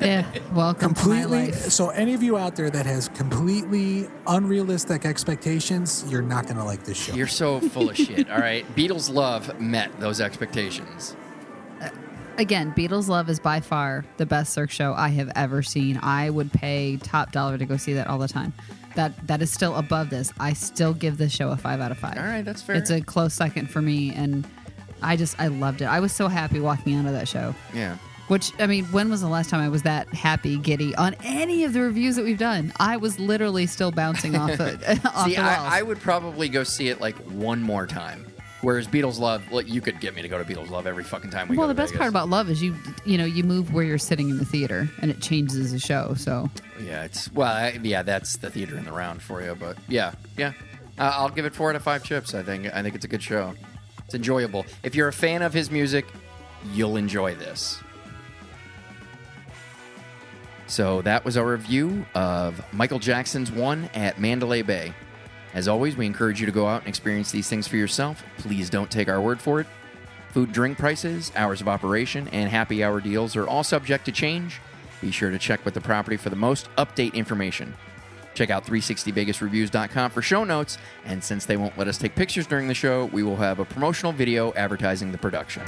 [SPEAKER 3] Yeah, welcome to my
[SPEAKER 2] Completely.
[SPEAKER 3] life.
[SPEAKER 2] So, any of you out there that has completely unrealistic expectations, you're not going to like this show.
[SPEAKER 1] you're so full of shit. All right, Beatles love met those expectations.
[SPEAKER 3] Again, Beatles Love is by far the best Cirque show I have ever seen. I would pay top dollar to go see that all the time. That that is still above this. I still give this show a five out of five.
[SPEAKER 1] All right, that's fair.
[SPEAKER 3] It's a close second for me, and I just I loved it. I was so happy walking out of that show.
[SPEAKER 1] yeah.
[SPEAKER 3] Which I mean, when was the last time I was that happy, giddy on any of the reviews that we've done? I was literally still bouncing off the off
[SPEAKER 1] See,
[SPEAKER 3] the walls.
[SPEAKER 1] I, I would probably go see it like one more time. Whereas Beatles Love, like, you could get me to go to Beatles Love every fucking time we
[SPEAKER 3] well,
[SPEAKER 1] go. to
[SPEAKER 3] the best part
[SPEAKER 1] Vegas.
[SPEAKER 3] about love is you, you know, you move where you're sitting in the theater, and it changes the show. So
[SPEAKER 1] yeah, it's well, I, yeah, that's the theater in the round for you. But yeah, yeah, uh, I'll give it four out of five chips. I think I think it's a good show. It's enjoyable. If you're a fan of his music, you'll enjoy this. So that was our review of Michael Jackson's one at Mandalay Bay. As always, we encourage you to go out and experience these things for yourself. Please don't take our word for it. Food, drink prices, hours of operation, and happy hour deals are all subject to change. Be sure to check with the property for the most update information. Check out 360vegasreviews.com for show notes, and since they won't let us take pictures during the show, we will have a promotional video advertising the production.